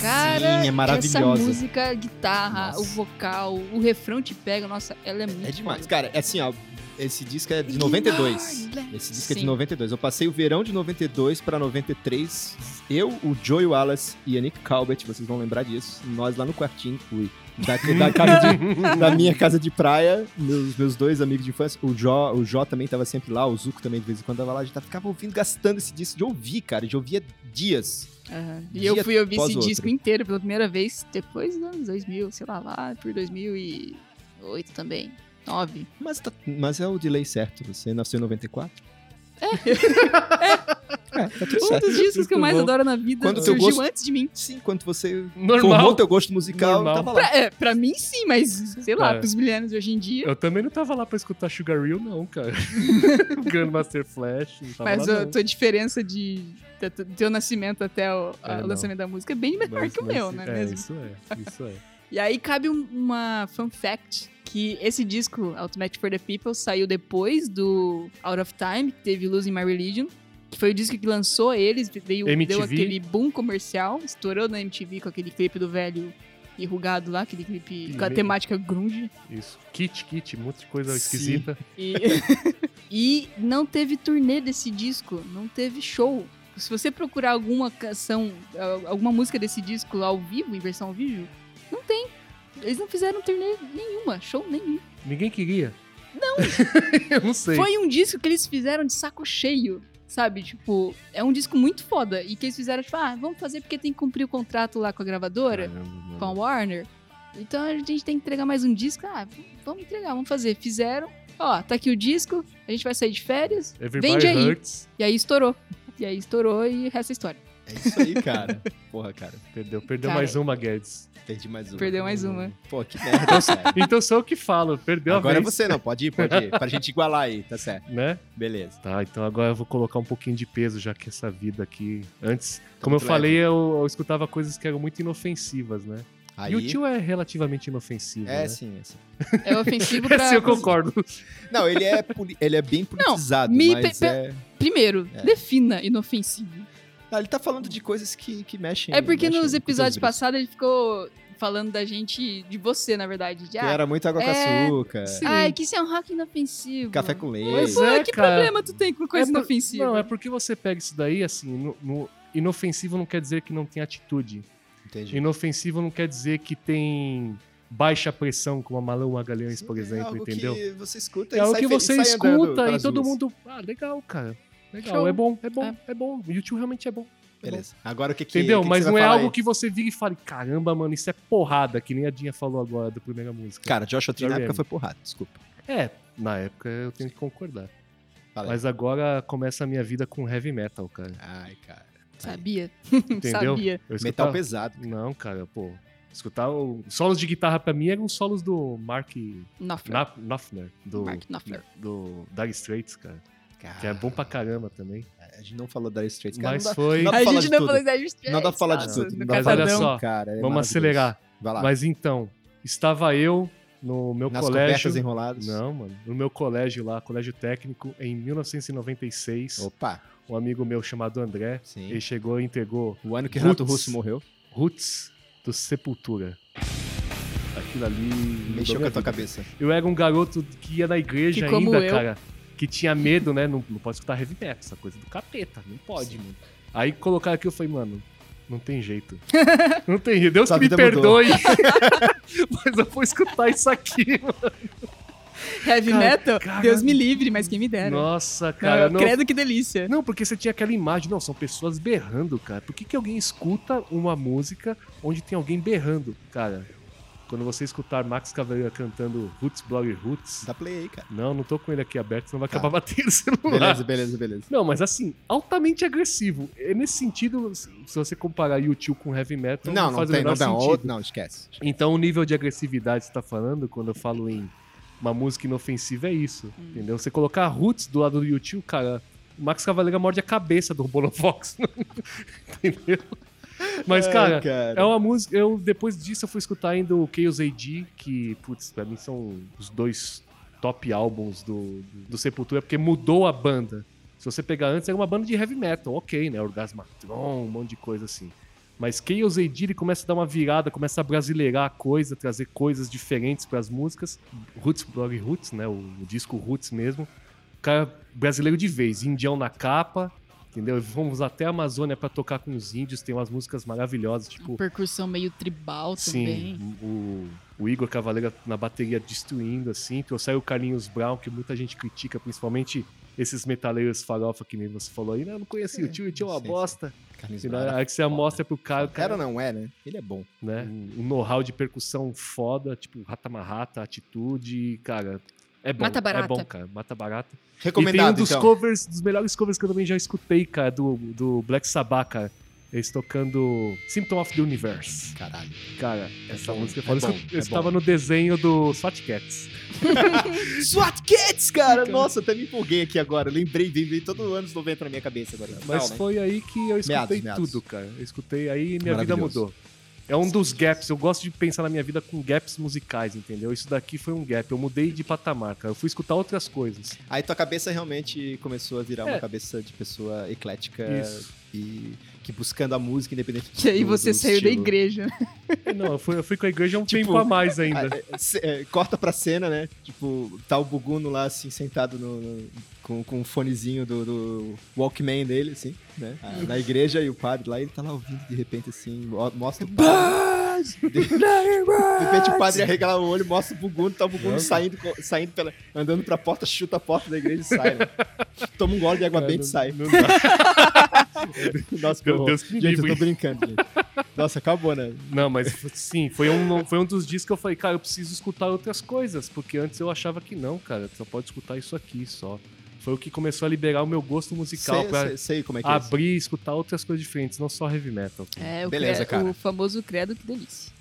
A: Cara,
C: Sim, é
A: essa
C: maravilhosa.
A: música, a guitarra,
C: Nossa.
A: o vocal, o refrão te pega, nossa, ela é muito
C: É demais.
A: foda.
C: Cara, é assim, ó. Esse disco é de 92.
A: Ignorland.
C: Esse disco é de
A: Sim.
C: 92. Eu passei o verão de 92 pra 93. Eu, o Joey Wallace e a Nick Calbert, vocês vão lembrar disso. Nós lá no quartinho, fui.
A: [LAUGHS]
C: Da, da casa de na minha casa de praia, meus, meus dois amigos de infância, o Jó, o Jó também tava sempre lá, o Zuko também de vez em quando tava lá, a gente tava- ficava ouvindo, gastando esse disco de ouvir, cara, de ouvir dias.
A: Aham. E
C: Dia
A: eu fui ouvir
C: após
A: esse
C: outro.
A: disco inteiro pela primeira vez depois dos anos 2000, sei lá, lá por 2008 também. 9.
C: Mas, tá- mas é o delay certo, você nasceu em 94?
B: [LAUGHS]
C: É. tá tudo
A: Um
C: certo.
A: dos discos que eu mais
B: bom.
A: adoro na vida
C: Quando teu
A: surgiu
C: gosto-
A: antes de mim.
C: Sim, quando você formou
B: Normal.
C: teu gosto musical,
B: Normal.
C: tava lá.
A: Pra, é, pra mim sim, mas sei lá,
B: É.
A: pros milênios de hoje em dia.
B: Eu também não tava lá pra escutar Sugar Hill,
A: [LAUGHS]
B: não, cara. Grandmaster Flash, não tava
A: Mas
B: lá,
A: a
B: não.
A: tua diferença de da- do teu nascimento até o,
B: É,
A: a- o
B: não.
A: lançamento da música é bem menor
B: Mas-
A: que o
B: mas-
A: meu, né?
B: é,
A: mesmo?
B: Isso é, isso é.
A: E aí cabe um- uma fun fact que esse disco, Ultimate for the People, saiu depois do Out of Time, que teve Losing My Religion, que foi o disco que lançou eles, deu, deu
B: MTV.
A: aquele boom comercial, estourou na MTV com aquele clipe do velho enrugado lá, aquele clipe com a
B: Primeiro.
A: temática grunge.
B: Isso. Kit, kit, um monte de coisa
C: Sim.
B: esquisita.
A: E, e não teve turnê desse disco, não teve show. Se você procurar alguma canção, al- alguma música desse disco ao vivo, em versão ao vivo, não tem. Eles não fizeram turnê nenhuma, show nenhum.
B: Ninguém queria. Não. [LAUGHS] eu não sei.
A: Foi um disco que eles fizeram de saco cheio. Sabe, tipo, é um disco muito foda. E que eles fizeram, tipo, ah, vamos fazer porque tem que cumprir o contrato lá com a gravadora, com a Warner. Então a gente tem que entregar mais um disco. Ah, vamos entregar, vamos fazer. Fizeram. Ó, tá aqui o disco, a gente vai sair de férias.
B: Everybody
A: Vende aí.
B: Hurts.
A: E aí estourou. E aí estourou e resta a história.
C: É isso aí, cara. Porra, cara.
B: Perdeu, perdeu
A: Cara.
B: mais uma, Guedes.
C: Perdi mais uma.
A: Perdeu mais uma.
C: Pô, que merda,
B: [LAUGHS]
C: tá certo.
B: Então sou eu que falo, perdeu a
C: Agora é
B: vez,
C: você não, pode ir, pode ir. Pra gente igualar aí, tá certo.
B: né?
C: Beleza.
B: Tá, então agora eu vou colocar um pouquinho de peso, já que essa vida aqui... Antes, como eu
C: muito
B: falei, eu, eu escutava coisas que eram muito inofensivas, né?
C: Aí...
B: E o tio é relativamente inofensivo,
C: É,
B: né? [LAUGHS]
C: sim. é sim.
A: É ofensivo pra.
B: Esse eu concordo.
C: Não, ele é, poli- ele é bem politizado,
A: me
C: mas
A: pe-
C: é...
A: Primeiro,
C: É.
A: defina inofensivo.
C: Ah, ele tá falando de coisas que, que mexem...
A: É porque
C: mexem
A: nos
C: com
A: episódios
C: teus brilhos.
A: passados ele ficou falando da gente, de você, na verdade. De,
C: Que
A: ah,
C: era muito água com
A: É,
C: açúcar,
B: sim.
A: ai, que isso é um rock inofensivo.
C: café com leite.
B: Pois
A: Pô,
B: é,
A: que
B: cara.
A: problema tu tem com coisa
B: É por-
A: inofensiva?
B: Não, é porque você pega isso daí, assim, no- no- inofensivo não quer dizer que não tem atitude.
C: Entendi.
B: Inofensivo não quer dizer que tem baixa pressão, como a Malão Magalhães, por
C: É
B: exemplo,
C: algo
B: entendeu?
C: Que você escuta
B: É
C: e
B: algo
C: sai
B: que
C: fe- e
B: você
C: sai andando
B: escuta e
C: pelas
B: todo
C: ruas.
B: mundo. Ah, legal, cara. Legal,
A: Show.
B: é bom, é bom, é, bom. O YouTube realmente é bom. é bom.
C: Beleza. Agora o que que
B: Entendeu?
C: o que que
B: Mas
C: você vai
B: não é
C: falar
B: algo
C: aí?
B: que você vira e fale, caramba, mano, isso é porrada, que nem a Dinha falou agora da primeira música.
C: Cara, Joshua Tree na
B: Jeremy.
C: época foi porrada, desculpa.
B: É, na época eu tenho que concordar.
C: Fala aí.
B: Mas agora começa a minha vida com heavy metal,
A: [LAUGHS]
B: cara.
C: Ai, cara.
A: Sabia?
B: Entendeu? É
A: Sabia.
B: Eu
C: Metal
B: escutava-
C: pesado.
B: Não, cara, pô. Escutar o... solos de guitarra pra mim eram solos do Mark
C: É.
A: Knopfler.
B: Na... Knopfler, do
A: Mark Knopfler.
B: do Dire Straits, cara, que é
C: Cara,
B: bom pra caramba também.
C: A gente não falou da Straits, Ah. cara.
B: Mas
C: não dá-
B: foi-
C: Não dá
A: A
C: pra falar
A: gente
C: de
A: não falou
C: tudo.
A: de Straits,
C: Não dá pra falar de
A: nossa,
C: tudo.
A: no
C: Não dá pra
B: Mas
C: falar
B: olha
A: Catadão.
C: de tudo,
B: só,
C: cara, é
B: vamos
C: maravilhoso.
B: acelerar.
C: Vai lá.
B: Mas então, estava eu no meu
C: Nas
B: colégio,
C: cobertas enroladas.
B: não, mano, no meu colégio lá, colégio técnico, em 1996,
C: Opa,
B: um amigo meu chamado André,
C: sim.
B: ele chegou e entregou
C: O ano que
B: Roots.
C: Renato Russo morreu,
B: Roots do Sepultura. Aquilo ali mudou
C: mexeu com
B: minha
C: a tua
B: vida.
C: cabeça.
B: Eu era um garoto que ia na igreja
A: Que como
B: ainda,
A: eu.
B: cara. Que tinha medo, né? Não, não pode escutar heavy metal, essa coisa do capeta. Não pode, mano. Aí colocaram aqui, eu falei, mano, não tem
A: [LAUGHS]
B: jeito. Não tem jeito. Deus
C: Sua
B: que me
C: vida mudou.
B: perdoe. Mas eu vou escutar isso aqui, mano.
A: Heavy
B: Cara,
A: metal?
B: caralho.
A: Deus me livre, mas quem me dera.
B: Nossa,
A: Não,
B: cara.
A: eu
B: Não,
A: Credo que delícia.
B: não, porque você tinha aquela imagem. Não, são pessoas berrando, cara. Por que, que alguém escuta uma música onde tem alguém berrando? Cara, quando você escutar Max Caveira cantando Roots, Blog Roots...
C: Dá play aí, cara.
B: Não, não tô com ele aqui aberto, senão vai
C: Tá.
B: acabar batendo o celular.
C: Beleza, beleza, beleza.
B: Não, mas assim, altamente agressivo. E nesse sentido, se se você comparar YouTube com heavy metal,
C: Não, não
B: faz
C: tem,
B: Então o menor
C: não dá.
B: sentido.
C: Não, esquece.
B: Então, o nível de agressividade que você tá falando, quando eu falo em uma música inofensiva, é isso. Entendeu? Você colocar Roots do lado do YouTube, cara, o Max Cavaleira morde a cabeça do Bolofox. [LAUGHS] entendeu? Mas,
C: Ai,
B: cara, é uma música. Eu, depois disso, eu fui escutar ainda o Chaos AD, que, putz, pra mim são os dois top álbuns do, do Sepultura, porque mudou a banda. Se você pegar antes, era uma banda de heavy metal, ok, né? Orgasmatron, um monte de coisa assim. Mas Chaos AD, ele começa a dar uma virada, começa a brasileirar a coisa, trazer coisas diferentes pras músicas. Roots, Blog Roots, né? O, o disco Roots mesmo. O cara brasileiro de vez, indião na capa, entendeu? Vamos até a Amazônia pra tocar com os índios, tem umas músicas maravilhosas, tipo
A: Percussão meio tribal também.
B: Sim, o, o Igor Cavaleira na bateria destruindo, assim. Trouxeram o Carlinhos Brown, que muita gente critica, principalmente esses metaleiros farofa que nem você falou aí. Não, eu não conhecia o tio, o tio é uma
C: sim,
B: bosta.
C: Carlinhos
B: E
C: Brown
B: na
C: era
B: hora que você
C: foda.
B: mostra pro cara, o
C: Era
B: cara,
C: não é, né? Ele é bom.
B: né? Um know-how de percussão foda, tipo rata-marrata, atitude, cara... É bom,
A: Mata barata.
B: é bom, cara. Mata barata. e tem um
C: Recomendado,
B: dos
C: então.
B: covers, dos melhores covers que eu também já escutei, cara, do, do Black Sabbath, cara. Eles tocando Symptom of the Universe.
C: Caralho.
B: Cara, essa
C: bom,
B: música
C: é
B: fala isso
C: bom,
B: que
C: é
B: eu estava
C: bom.
B: no desenho do Swat Cats.
C: SWAT Cats, cara!
A: Cara.
C: Nossa, até me empolguei aqui agora. Lembrei, vem, vem todo ano anos 90 na minha cabeça agora.
B: Mas
C: Não, né?
B: foi aí que eu escutei
C: Meados, meados.
B: tudo, cara. Eu escutei aí e minha vida
C: Maravilhoso.
B: mudou. É um dos gaps. Eu gosto de pensar na minha vida com gaps musicais, entendeu? Isso daqui foi um gap. Eu mudei de patamar, cara. Eu fui escutar outras coisas.
C: Aí tua cabeça realmente começou a virar
B: É.
C: uma cabeça de pessoa eclética
B: Isso.
C: e que buscando a música independente
A: Que aí
C: do-
A: você
C: do
A: saiu da
C: estilo.
A: igreja.
B: Não, eu fui, eu fui com a igreja um
C: [LAUGHS] Tipo,
B: tempo a mais
C: [LAUGHS]
B: ainda.
C: Ah, é, cê, é, corta pra cena, né? Tipo, tá o Buguno lá, assim, sentado no, no- com, com o fonezinho do, do Walkman dele, assim, né? Ah, Na igreja e o padre lá, ele tá lá ouvindo de repente, assim, mo- mostra o padre. Rise! [LAUGHS] De de repente o padre arregala o olho, mostra o Bugundo, tá o Bugundo saindo, co- saindo pela, andando pra porta, chuta a porta da igreja e sai. né? Toma um gole de água benta e sai.
B: É, Não dá.
C: [LAUGHS] Nossa, que
B: Meu
C: horror.
B: Deus, que
C: Gente, eu
B: livro,
C: tô
B: hein?
C: brincando, gente. Nossa, acabou, né?
B: Não, mas f- sim, foi um, foi um dos dias que eu falei, cara, eu preciso escutar outras coisas, porque antes eu achava que não, cara, só pode escutar isso aqui só. Foi o que começou a liberar o meu gosto musical
C: Sei,
B: pra
C: sei, sei como é que
B: Ah,
C: é. isso.
B: abrir e escutar outras coisas diferentes, não só heavy
C: [LAUGHS]
B: metal.
A: É, o,
C: Beleza,
A: cre-
C: cara.
A: o famoso credo, que delícia.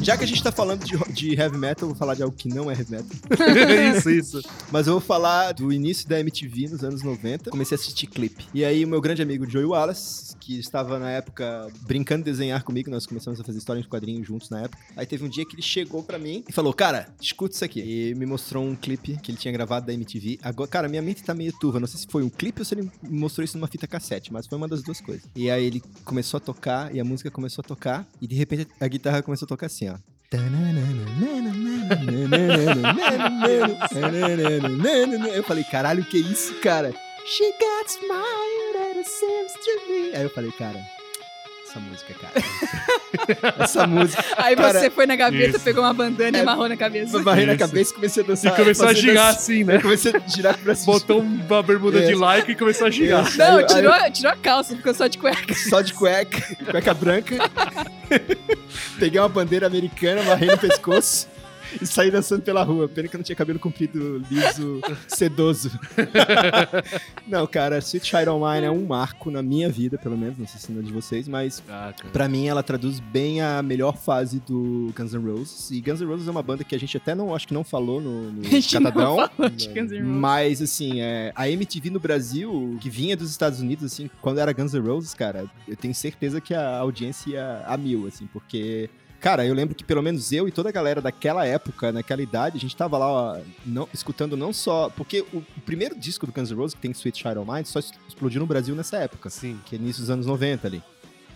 C: Já que a gente tá falando de, de heavy metal, eu vou falar de algo que não é heavy metal.
B: isso, isso.
C: Mas eu vou falar do início da MTV nos anos 90. Comecei a assistir clipe. E aí, o meu grande amigo Joey Wallace, que estava na época brincando de desenhar comigo, nós começamos a fazer história de quadrinhos juntos na época. Aí teve um dia que ele chegou pra mim e falou: Cara, escuta isso aqui. E me mostrou um clipe que ele tinha gravado da MTV. Agora, cara, minha mente tá meio turva. Não sei se foi um clipe ou se ele me mostrou isso numa fita cassete, mas foi uma das duas coisas. E aí ele começou a tocar e a música começou a tocar. E de repente a guitarra começou a tocar assim, ó. Eu falei, caralho, que isso, cara? She got smiled and it seems to me. Aí eu falei, cara, essa música, cara. Essa música.
A: Aí
C: Cara, É.
A: você foi na gaveta,
B: isso.
A: pegou uma bandana e amarrou na cabeça.
C: Eu barrei na
B: Isso.
C: cabeça e comecei a
B: E
C: dançar.
B: começou a
C: fazer
B: girar
C: dança. É.
B: assim, né?
C: Eu comecei a girar com o braço
B: Botou uma bermuda de
C: Isso.
B: like e começou a girar.
C: Isso.
A: Não,
C: Aí-
A: tirou, tirou a calça, ficou só de cueca.
C: só de cueca, [LAUGHS] cueca branca. Peguei uma bandeira americana, amarrei no pescoço. E saí dançando pela rua. Pena que eu não tinha cabelo comprido, liso, sedoso. [LAUGHS] não, cara, Sweet Child Online é um marco na minha vida, pelo menos. Não sei se na de vocês, mas
B: Ah, cara.
C: Pra mim, ela traduz bem a melhor fase do Guns N' Roses. E Guns N' Roses é uma banda que a gente até não, acho que não falou no, no
A: [LAUGHS] A gente não
C: Catadão.
A: falou de Guns N' Roses.
C: Mas, assim, é, a MTV no Brasil, que vinha dos Estados Unidos, assim, quando era Guns N' Roses, cara, eu tenho certeza que a audiência ia a mil, assim, porque... Cara, eu lembro que pelo menos eu e toda a galera daquela época, naquela idade, a gente tava lá ó, não- escutando não só... Porque o, o primeiro disco do Guns N' Roses, que tem Sweet Child O' Mine, só es- explodiu no Brasil nessa época
B: Sim.
C: que é início dos anos 90 ali,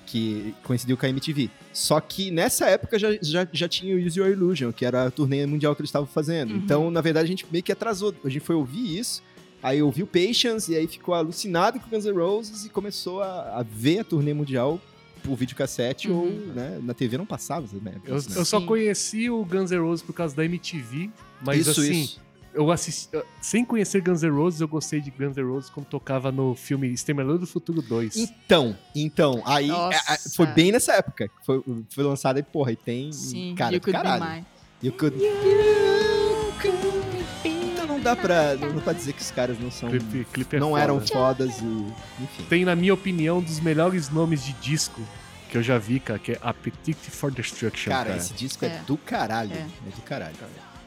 C: que coincidiu com a MTV. Só que nessa época já, já, já tinha o Use Your Illusion, que era a turnê mundial que eles estavam fazendo.
A: Uhum.
C: Então, na verdade, a gente meio que atrasou. A gente foi ouvir isso, aí ouviu Patience, e aí ficou alucinado com Guns N' Roses e começou a, a ver a turnê mundial por videocassete
A: Uhum.
C: ou, né, na TV não passava, né?
B: Eu, eu só
A: Sim.
B: conheci o Guns N' Roses por causa da MTV, mas
C: isso,
B: assim,
C: isso.
B: eu assisti. Sem conhecer Guns N' Roses, eu gostei de Guns N' Roses quando tocava no filme Exterminador do Futuro 2.
C: Então, então, aí
A: Nossa.
C: a- a- foi bem nessa época. Foi, foi lançado e, porra, e tem.
A: Sim,
C: cara,
A: you
C: do
A: could
C: caralho.
A: be mine.
C: E o que eu- Então não dá pra. Não dá pra dizer que os caras não são.
B: Clipe- clipe é
C: não
B: foda.
C: eram fodas e. Enfim.
B: Tem, na minha opinião, um dos melhores nomes de disco que eu já vi, cara, que é Appetite for Destruction. Cara,
C: Cara, esse disco é,
A: É.
C: do caralho.
A: É.
C: É, do caralho.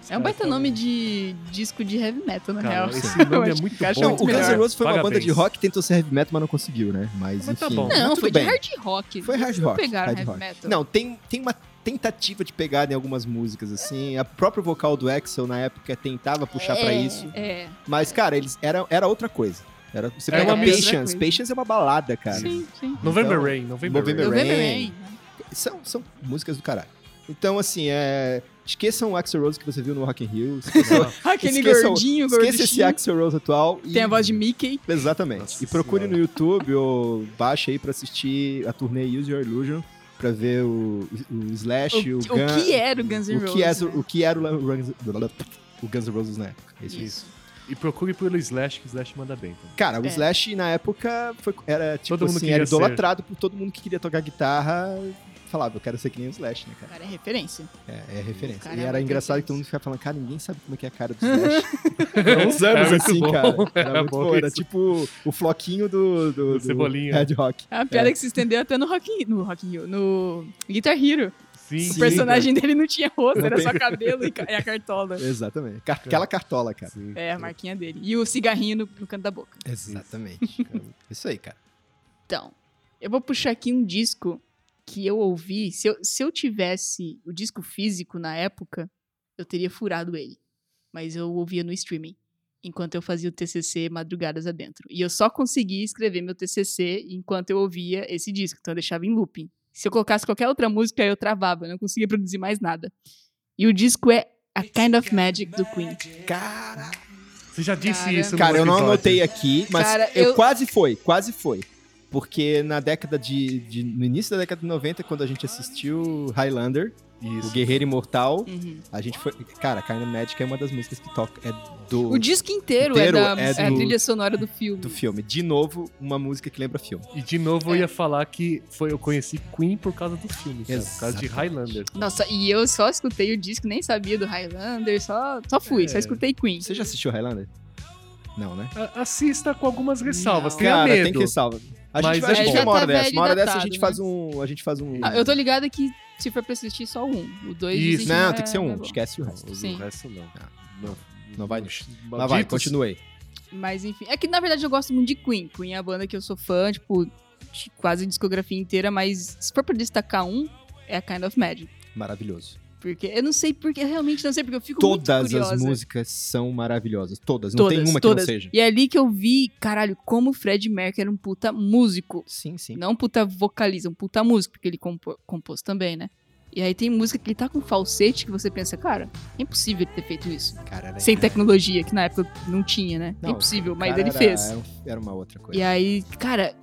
A: É um baita nome de disco de heavy metal, na
B: Cara,
A: real. [LAUGHS]
B: esse
A: Eu
B: nome é
A: acho
B: muito
A: que encaixa
B: bom.
C: Não, o Guns N'
B: melhor.
C: Roses foi uma
B: Parabéns.
C: banda de rock que tentou ser heavy metal, mas não conseguiu, né? Mas,
B: Mas tá
C: enfim.
B: bom.
C: mas
A: Não,
C: tudo
A: foi
C: bem.
A: de hard rock.
C: Foi hard
A: Não
C: rock.
A: pegaram
C: hard
A: heavy
C: rock.
A: metal.
C: Não, tem, tem uma tentativa de pegada em algumas músicas, assim. A própria vocal do Axel na época tentava puxar pra isso.
A: É.
C: Mas, cara, eles era, era outra coisa. Era, você
B: Era
C: pega
B: uma né?
A: mesma
C: Patience.
A: coisa.
C: Patience é uma balada, cara.
A: Sim, sim.
B: November
C: Então,
B: Rain, November,
A: Eu
B: Rain.
C: November
A: lembro
C: Rain.
A: bem.
C: são, são músicas do caralho. Então, assim, é... esqueçam o Axel Rose que você viu no Rock
A: [LAUGHS]
C: in Rio. Esqueça,
A: Aquele
C: Esqueça o-
A: gordinho,
C: esqueça esse
A: gordinho.
C: Axel Rose atual. E...
A: Tem a voz de Mickey.
C: Exatamente.
B: Nossa
C: e procure
B: Senhora.
C: no YouTube ou baixa aí pra assistir a turnê Use Your Illusion pra ver o, o
A: O,
C: Slash, o,
A: o
C: Guns...
A: que era o Guns N'
C: o
A: Roses?
C: que, era,
A: né?
C: o que era o, Guns- o Guns N' Roses na época. É isso. aí.
B: E procure pelo Slash, que o Slash manda bem. Tá?
C: Cara, o
A: É.
C: Slash na época foi, era tipo
B: Todo mundo
C: assim,
B: queria
C: era
B: ser.
C: idolatrado por todo mundo que queria tocar guitarra. Falava, eu quero ser que nem o Slash, né, cara?
A: Cara, é referência.
C: É, é referência.
A: Cara,
C: e
A: é
C: era
A: muito
C: engraçado que
A: referência.
C: todo mundo ficava falando, cara, ninguém sabe como é que é a cara do Slash.
A: [LAUGHS]
C: Foram uns anos
B: Era um muito
C: assim,
B: bom.
C: cara. Era,
B: Era
C: muito
B: bom
C: bom. Era
B: isso.
C: tipo o floquinho do, do,
B: Do Cebolinha.
C: Red Rock.
A: É uma piada que se estendeu até no Rock in Rio. No Rock in Rio. No Guitar Hero.
B: Sim,
A: o
C: Sim,
A: personagem dele não tinha rosto,
C: Não
A: era
C: tem. É.
A: só cabelo e, ca- e a
C: [LAUGHS]
A: cartola.
C: Exatamente. Car- Aquela cartola, cara.
B: Sim.
A: É, a marquinha dele. E o cigarrinho no, no canto da boca.
C: Exatamente. Isso aí, cara.
A: Então, eu vou puxar aqui um disco que eu ouvi. Se eu, se eu tivesse o disco físico na época, eu teria furado ele. Mas eu ouvia no streaming, enquanto eu fazia o TCC madrugadas adentro. E eu só conseguia escrever meu TCC enquanto eu ouvia esse disco, então eu deixava em looping. Se eu colocasse qualquer outra música, eu travava, eu não conseguia produzir mais nada. E o disco é A Kind of Magic do Queen.
C: Cara,
B: Você já disse
A: Cara.
B: isso no
C: Cara, eu não
B: episódio.
C: anotei aqui, mas
A: Cara,
C: eu...
A: eu-
C: quase foi, quase foi. Porque na década de, de- No início da década de 90, quando a gente assistiu Highlander, o
B: Isso.
C: Guerreiro Imortal,
A: Uhum.
C: a gente foi. Cara, Kind Magic é uma das músicas que toca. É do,
A: O disco inteiro,
C: Inteiro
A: é, da,
C: é
A: é a
C: do-
A: trilha sonora do filme.
C: do filme. De novo, uma música que lembra filme.
B: E de novo eu
A: É.
B: ia falar que foi, eu conheci Queen por causa do filme, cara, por causa de
C: Exatamente.
B: Highlander.
A: Nossa, e eu só escutei o disco, nem sabia do Highlander, só, só fui, só
B: É.
A: escutei Queen.
C: Você já assistiu Highlander? Não, né?
B: A- Assista com algumas ressalvas,
A: Não.
B: tenha
C: Cara,
B: medo.
C: tem que salva. A
B: Mas
C: gente,
B: é
C: a gente
B: bom.
C: tem uma hora
A: Já tá
C: dessa.
A: velho e
C: Uma hora dessa a
A: datado,
C: gente
A: né?
C: faz um. A gente faz um.
A: Ah, eu tô ligada que se for pra assistir, só um. O dois
B: Isso.
A: dizem
C: Não,
A: é-
C: tem que ser
A: não é
C: um.
A: bom.
C: Esquece o
B: Não,
C: resto.
B: o
A: Sim.
B: resto não. Não,
C: Ah, Não vai nisso. Mas vai,
B: Malditos.
C: continuei.
A: Mas enfim, é que na verdade eu gosto muito de Queen. Queen é a banda que eu sou fã, tipo, de quase a discografia inteira, mas se for pra destacar um, é a Kind of Magic.
C: Maravilhoso.
A: Porque eu não sei porque, eu realmente não sei porque eu fico muito
C: Todas
A: curiosa.
C: as músicas são maravilhosas. Todas. Não
A: Todas,
C: tem uma
A: todas.
C: que não seja.
A: E é ali que eu vi, caralho, como o Fred Mercury era um puta músico.
C: Sim, sim.
A: Não um puta vocaliza, um puta músico, porque ele compo- compôs também, né? E aí tem música que ele tá com falsete que você pensa, cara, é impossível ele ter feito isso.
C: Cara, era-
A: Sem tecnologia, que na época não tinha, né?
C: né? Não,
A: impossível,
C: o
A: mas
C: cara
A: ele
C: era-
A: fez.
C: Era, um- era uma outra coisa.
A: E aí, cara,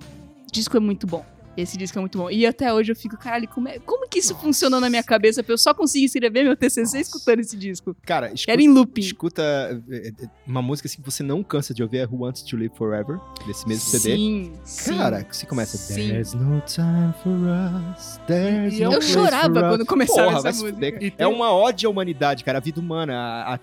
A: disco é muito bom. Esse disco é muito bom. E até hoje eu fico, caralho, como, é- como que isso
C: Nossa.
A: funcionou na minha cabeça pra eu só conseguir escrever meu TCC
C: Nossa.
A: escutando esse disco?
C: Cara, escuta,
A: Era em looping.
C: escuta é, é, uma música assim que você não cansa de ouvir, é Who Wants to Live Forever, desse mesmo CD.
A: Sim, sim.
C: Cara, que você começa.
A: Sim. é
C: There's no time for us. There's
B: E eu
C: no place
A: um chorava
C: for us."
A: quando começava
C: Porra,
A: essa
C: vai se
A: música.
C: fuder, cara.
B: E tem-
C: É uma ode à humanidade, cara, a vida humana, a, a,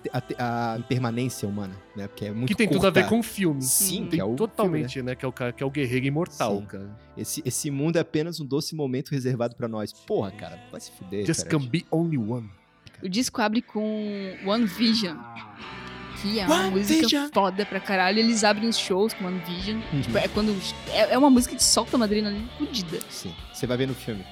C: a- a impermanência humana, né? Porque é muito
B: que tem tudo
C: curta.
B: a ver com o filme.
C: Sim,
A: Sim,
C: que é o
B: Totalmente,
C: filme,
B: né? Que é o cara que é o guerreiro imortal,
C: Sim.
B: cara.
C: né? Esse, esse mundo é apenas um doce momento reservado pra nós. Porra, cara, vai se fuder.
B: Just
C: cara.
B: can be only one.
A: O disco abre com One Vision, que é uma
C: One
A: música
C: Vision.
A: foda pra caralho. Eles abrem os shows com One Vision.
C: Uhum.
A: Tipo, é quando. É, é uma música que solta uma adrenalina fodida.
C: Sim, você vai ver no filme.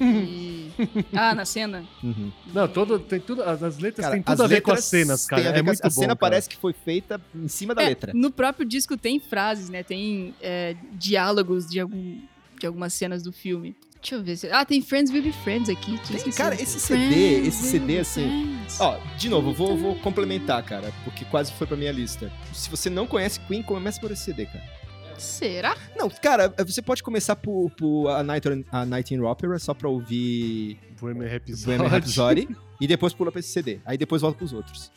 A: E- Ah, na
C: [LAUGHS]
A: cena?
C: Uhum.
B: Não, todo, tem tudo, as as letras
C: Cara,
B: têm tudo
C: as
B: a ver com as
C: letras
B: cenas, cara.
C: têm a ver
B: é
C: com
B: muito
C: a, a
B: bom,
C: cena
B: cara.
C: parece que foi feita em cima da
A: É,
C: letra.
A: No próprio disco tem frases, né? Tem é, diálogos de, algum, de algumas cenas do filme. Deixa eu ver. se- Ah, tem Friends Will Be Friends aqui. tinha
C: Tem-
A: esquecido.
C: cara, esse
A: Friends
C: CD, esse
A: Will
C: CD,
A: Be
C: assim,
A: Friends.
C: Ó, de novo, eu vou, vou complementar, cara, porque quase foi pra minha lista. Se você não conhece Queen, comece por esse CD, cara.
A: Será?
C: Não, cara, é, você pode começar por, por a, Night, a Night in Opera só pra ouvir
B: Bohemian
C: Bohemian
B: Rhapsody.
C: Rhapsody e depois pula pra esse CD. Aí depois volta pros outros.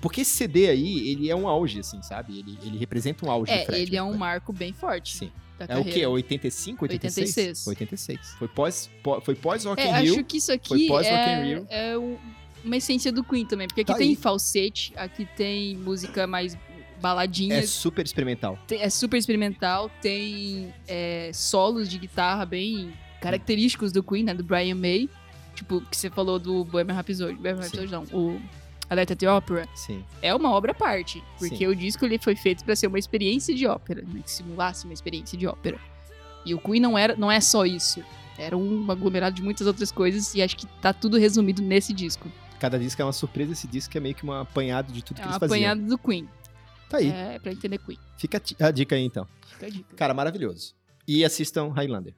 C: Porque esse CD aí, ele é um auge, assim, sabe? Ele, ele representa um auge. do
A: É,
C: Fred,
A: ele é um
C: né?
A: marco bem forte
C: Sim.
A: da
C: É o
A: carreira.
C: quê? 85, 86?
A: 86.
C: 86. Foi pós, pó- foi pós Rock
A: É,
C: in
A: acho
C: Rio.
A: que isso
C: foi
A: aqui
C: pós Rock in
A: é,
C: Rio.
A: é um- uma essência do Queen também, porque aqui
C: Tá
A: tem
C: aí.
A: falsete, aqui tem música mais baladinha,
C: É super experimental.
A: tem- é super experimental, tem é, solos de guitarra bem característicos do Queen, né? Do Brian May. Tipo, que você falou do Bohemian Rhapsody. Bohemian
C: Sim.
A: Rhapsody não, o Alerta de Ópera.
C: Sim.
A: É uma obra à parte, porque
C: Sim.
A: o disco ele foi feito pra ser uma experiência de ópera, né? Que simulasse uma experiência de ópera. E o Queen não, era, não é só isso. Era um aglomerado de muitas outras coisas e acho que tá tudo resumido nesse disco.
C: Cada disco é uma surpresa, esse disco é meio que um apanhado de tudo
A: É
C: que
A: um
C: eles faziam.
A: apanhado do Queen.
C: Tá aí,
A: É pra entender Queen.
C: fica a ti- a dica aí então.
A: Fica a dica.
C: Cara, maravilhoso. E assistam Highlander.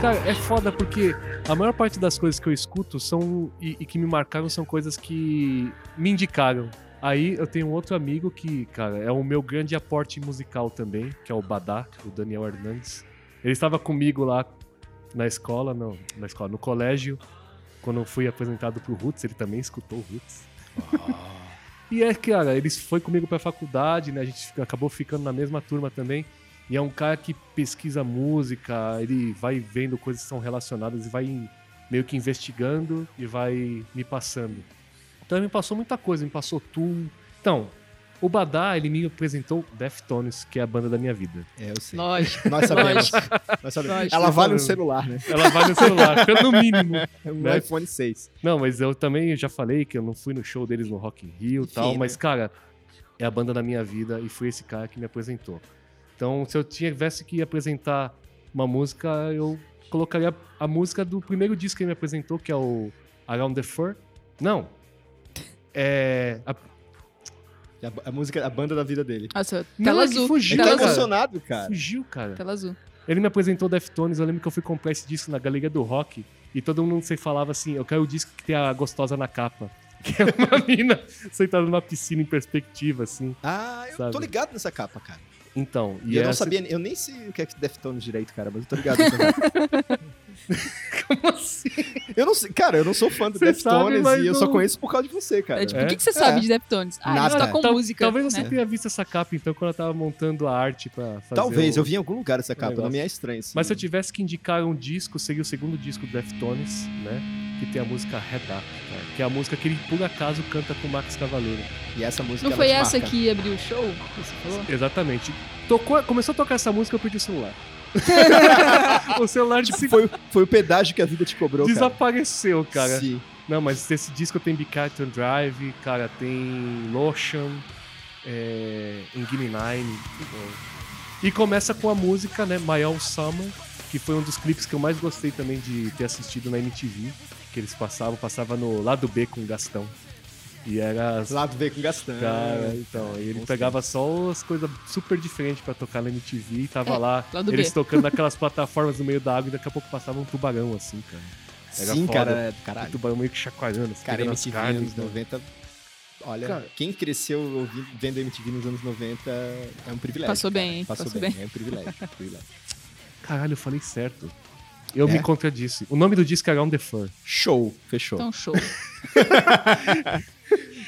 B: Cara, é foda porque a maior parte das coisas que eu escuto são e, e que me marcaram são coisas que me indicaram. Aí eu tenho um outro amigo que, cara, é o meu grande aporte musical também, que é o Badá, o Daniel Hernandes. Ele estava comigo lá na escola, não, na escola, no colégio, quando eu fui apresentado pro Roots, ele também escutou o Roots. E é, cara, ele foi comigo pra faculdade, né? A gente fica- acabou ficando na mesma turma também. E é um cara que pesquisa música, ele vai vendo coisas que são relacionadas e vai em- meio que investigando e vai me passando. Então ele me passou muita coisa, me passou Tool. Então, o Badá, ele me apresentou Deftones, que é a banda da minha vida.
C: É, eu sei.
A: Lógico.
C: Nós sabemos.
A: Lógico.
C: Nós sabemos.
A: Lógico.
C: Ela vale um
B: Nós sabemos.
C: celular, né?
B: Ela vai no celular, pelo mínimo.
C: Um
B: Né?
C: iPhone 6.
B: Não, mas eu também já falei que eu não fui no show deles no Rock in Rio e
C: Enfim,
B: tal,
C: né?
B: mas, cara, é a banda da minha vida e foi esse cara que me apresentou. Então, se eu tivesse que apresentar uma música, eu colocaria a música do primeiro disco que ele me apresentou, que é o Around the Fur. Não. É. A,
C: A, a música, a banda da vida dele.
A: Nossa,
B: Moleque,
A: tela azul.
B: é fugiu,
C: Ele tá
A: tela,
B: cara.
A: azul
C: emocionado, cara.
B: fugiu, cara.
A: tela azul.
B: Ele me apresentou Deftones, eu lembro que eu fui comprar esse disco na Galeria do Rock e todo mundo se falava assim, eu quero o disco que tem a gostosa na capa. [LAUGHS] Que é uma mina sentada numa piscina em perspectiva, assim.
C: Ah, eu tô
B: Sabe?
C: ligado nessa capa, cara.
B: Então,
C: E eu não
B: essa-
C: sabia, eu nem sei o que é que Deftones direito, cara, mas eu tô ligado.
A: [LAUGHS]
C: nessa capa.
B: Como assim?
C: eu não sei, cara, eu não sou fã do
B: Você sabe,
C: Deftones
B: mas
C: e eu só
B: não-
C: conheço por causa de você, cara.
A: É, tipo,
B: É?
A: o que, que você sabe
C: É.
A: de Deftones? Ah,
C: Nada.
A: Nada. tá com
B: Tal-
A: música.
B: Então, Talvez você
A: né?
B: tenha visto essa capa, então, quando ela tava montando a arte pra fazer.
C: Talvez,
B: o-
C: eu vi em algum lugar essa capa, não
B: negócio.
C: me é estranho. Assim.
B: Mas se eu tivesse que indicar um disco, seria o segundo disco do Deftones, né? Que tem a música Head Up, cara, que é a música que ele, por acaso, canta com o Max Cavaleiro.
C: E essa música
A: Não
C: ela
A: foi
C: te
A: essa
C: marca.
A: que abriu o show? que Você falou?
B: Exatamente. Tocou, começou a tocar essa música, eu perdi o
C: [LAUGHS]
B: celular. [LAUGHS] o celular de
C: Foi, foi o pedágio que a vida te cobrou, cara.
B: desapareceu, cara.
C: Sim.
B: Não, mas esse disco tem Bicarton Drive, cara, tem Lotion, é, Engine Nine. é. E começa com a música, né, My All Summer, que foi um dos clipes que eu mais gostei também de ter assistido na MTV, que eles passavam, passava no lado B com o Gastão. E era as
C: Lado veio com Gastão.
B: Cara, então, e ele
C: Nossa.
B: pegava só as coisas super diferentes pra tocar na MTV e tava
A: É,
B: lá,
A: lá do
B: eles
A: B. [LAUGHS]
B: tocando naquelas plataformas no meio da água e daqui a pouco passava um tubarão assim, cara. Era
C: Sim,
B: foda.
C: cara, é do
B: O
C: caralho.
B: tubarão meio que chacoalhando, assim,
C: Cara,
B: pegando
C: MTV
B: as carnes,
C: anos
B: né?
C: 90. Olha,
B: Cara.
C: quem cresceu ouvindo, vendo MTV nos anos 90 é um privilégio.
A: Passou
C: cara.
A: bem, hein?
C: Passou,
A: Passou
C: bem. É um privilégio. um privilégio.
B: Caralho, eu falei certo. Eu
C: É?
B: me contradisse. O nome do disco era On The Fur.
C: Show. Fechou.
A: Então, show.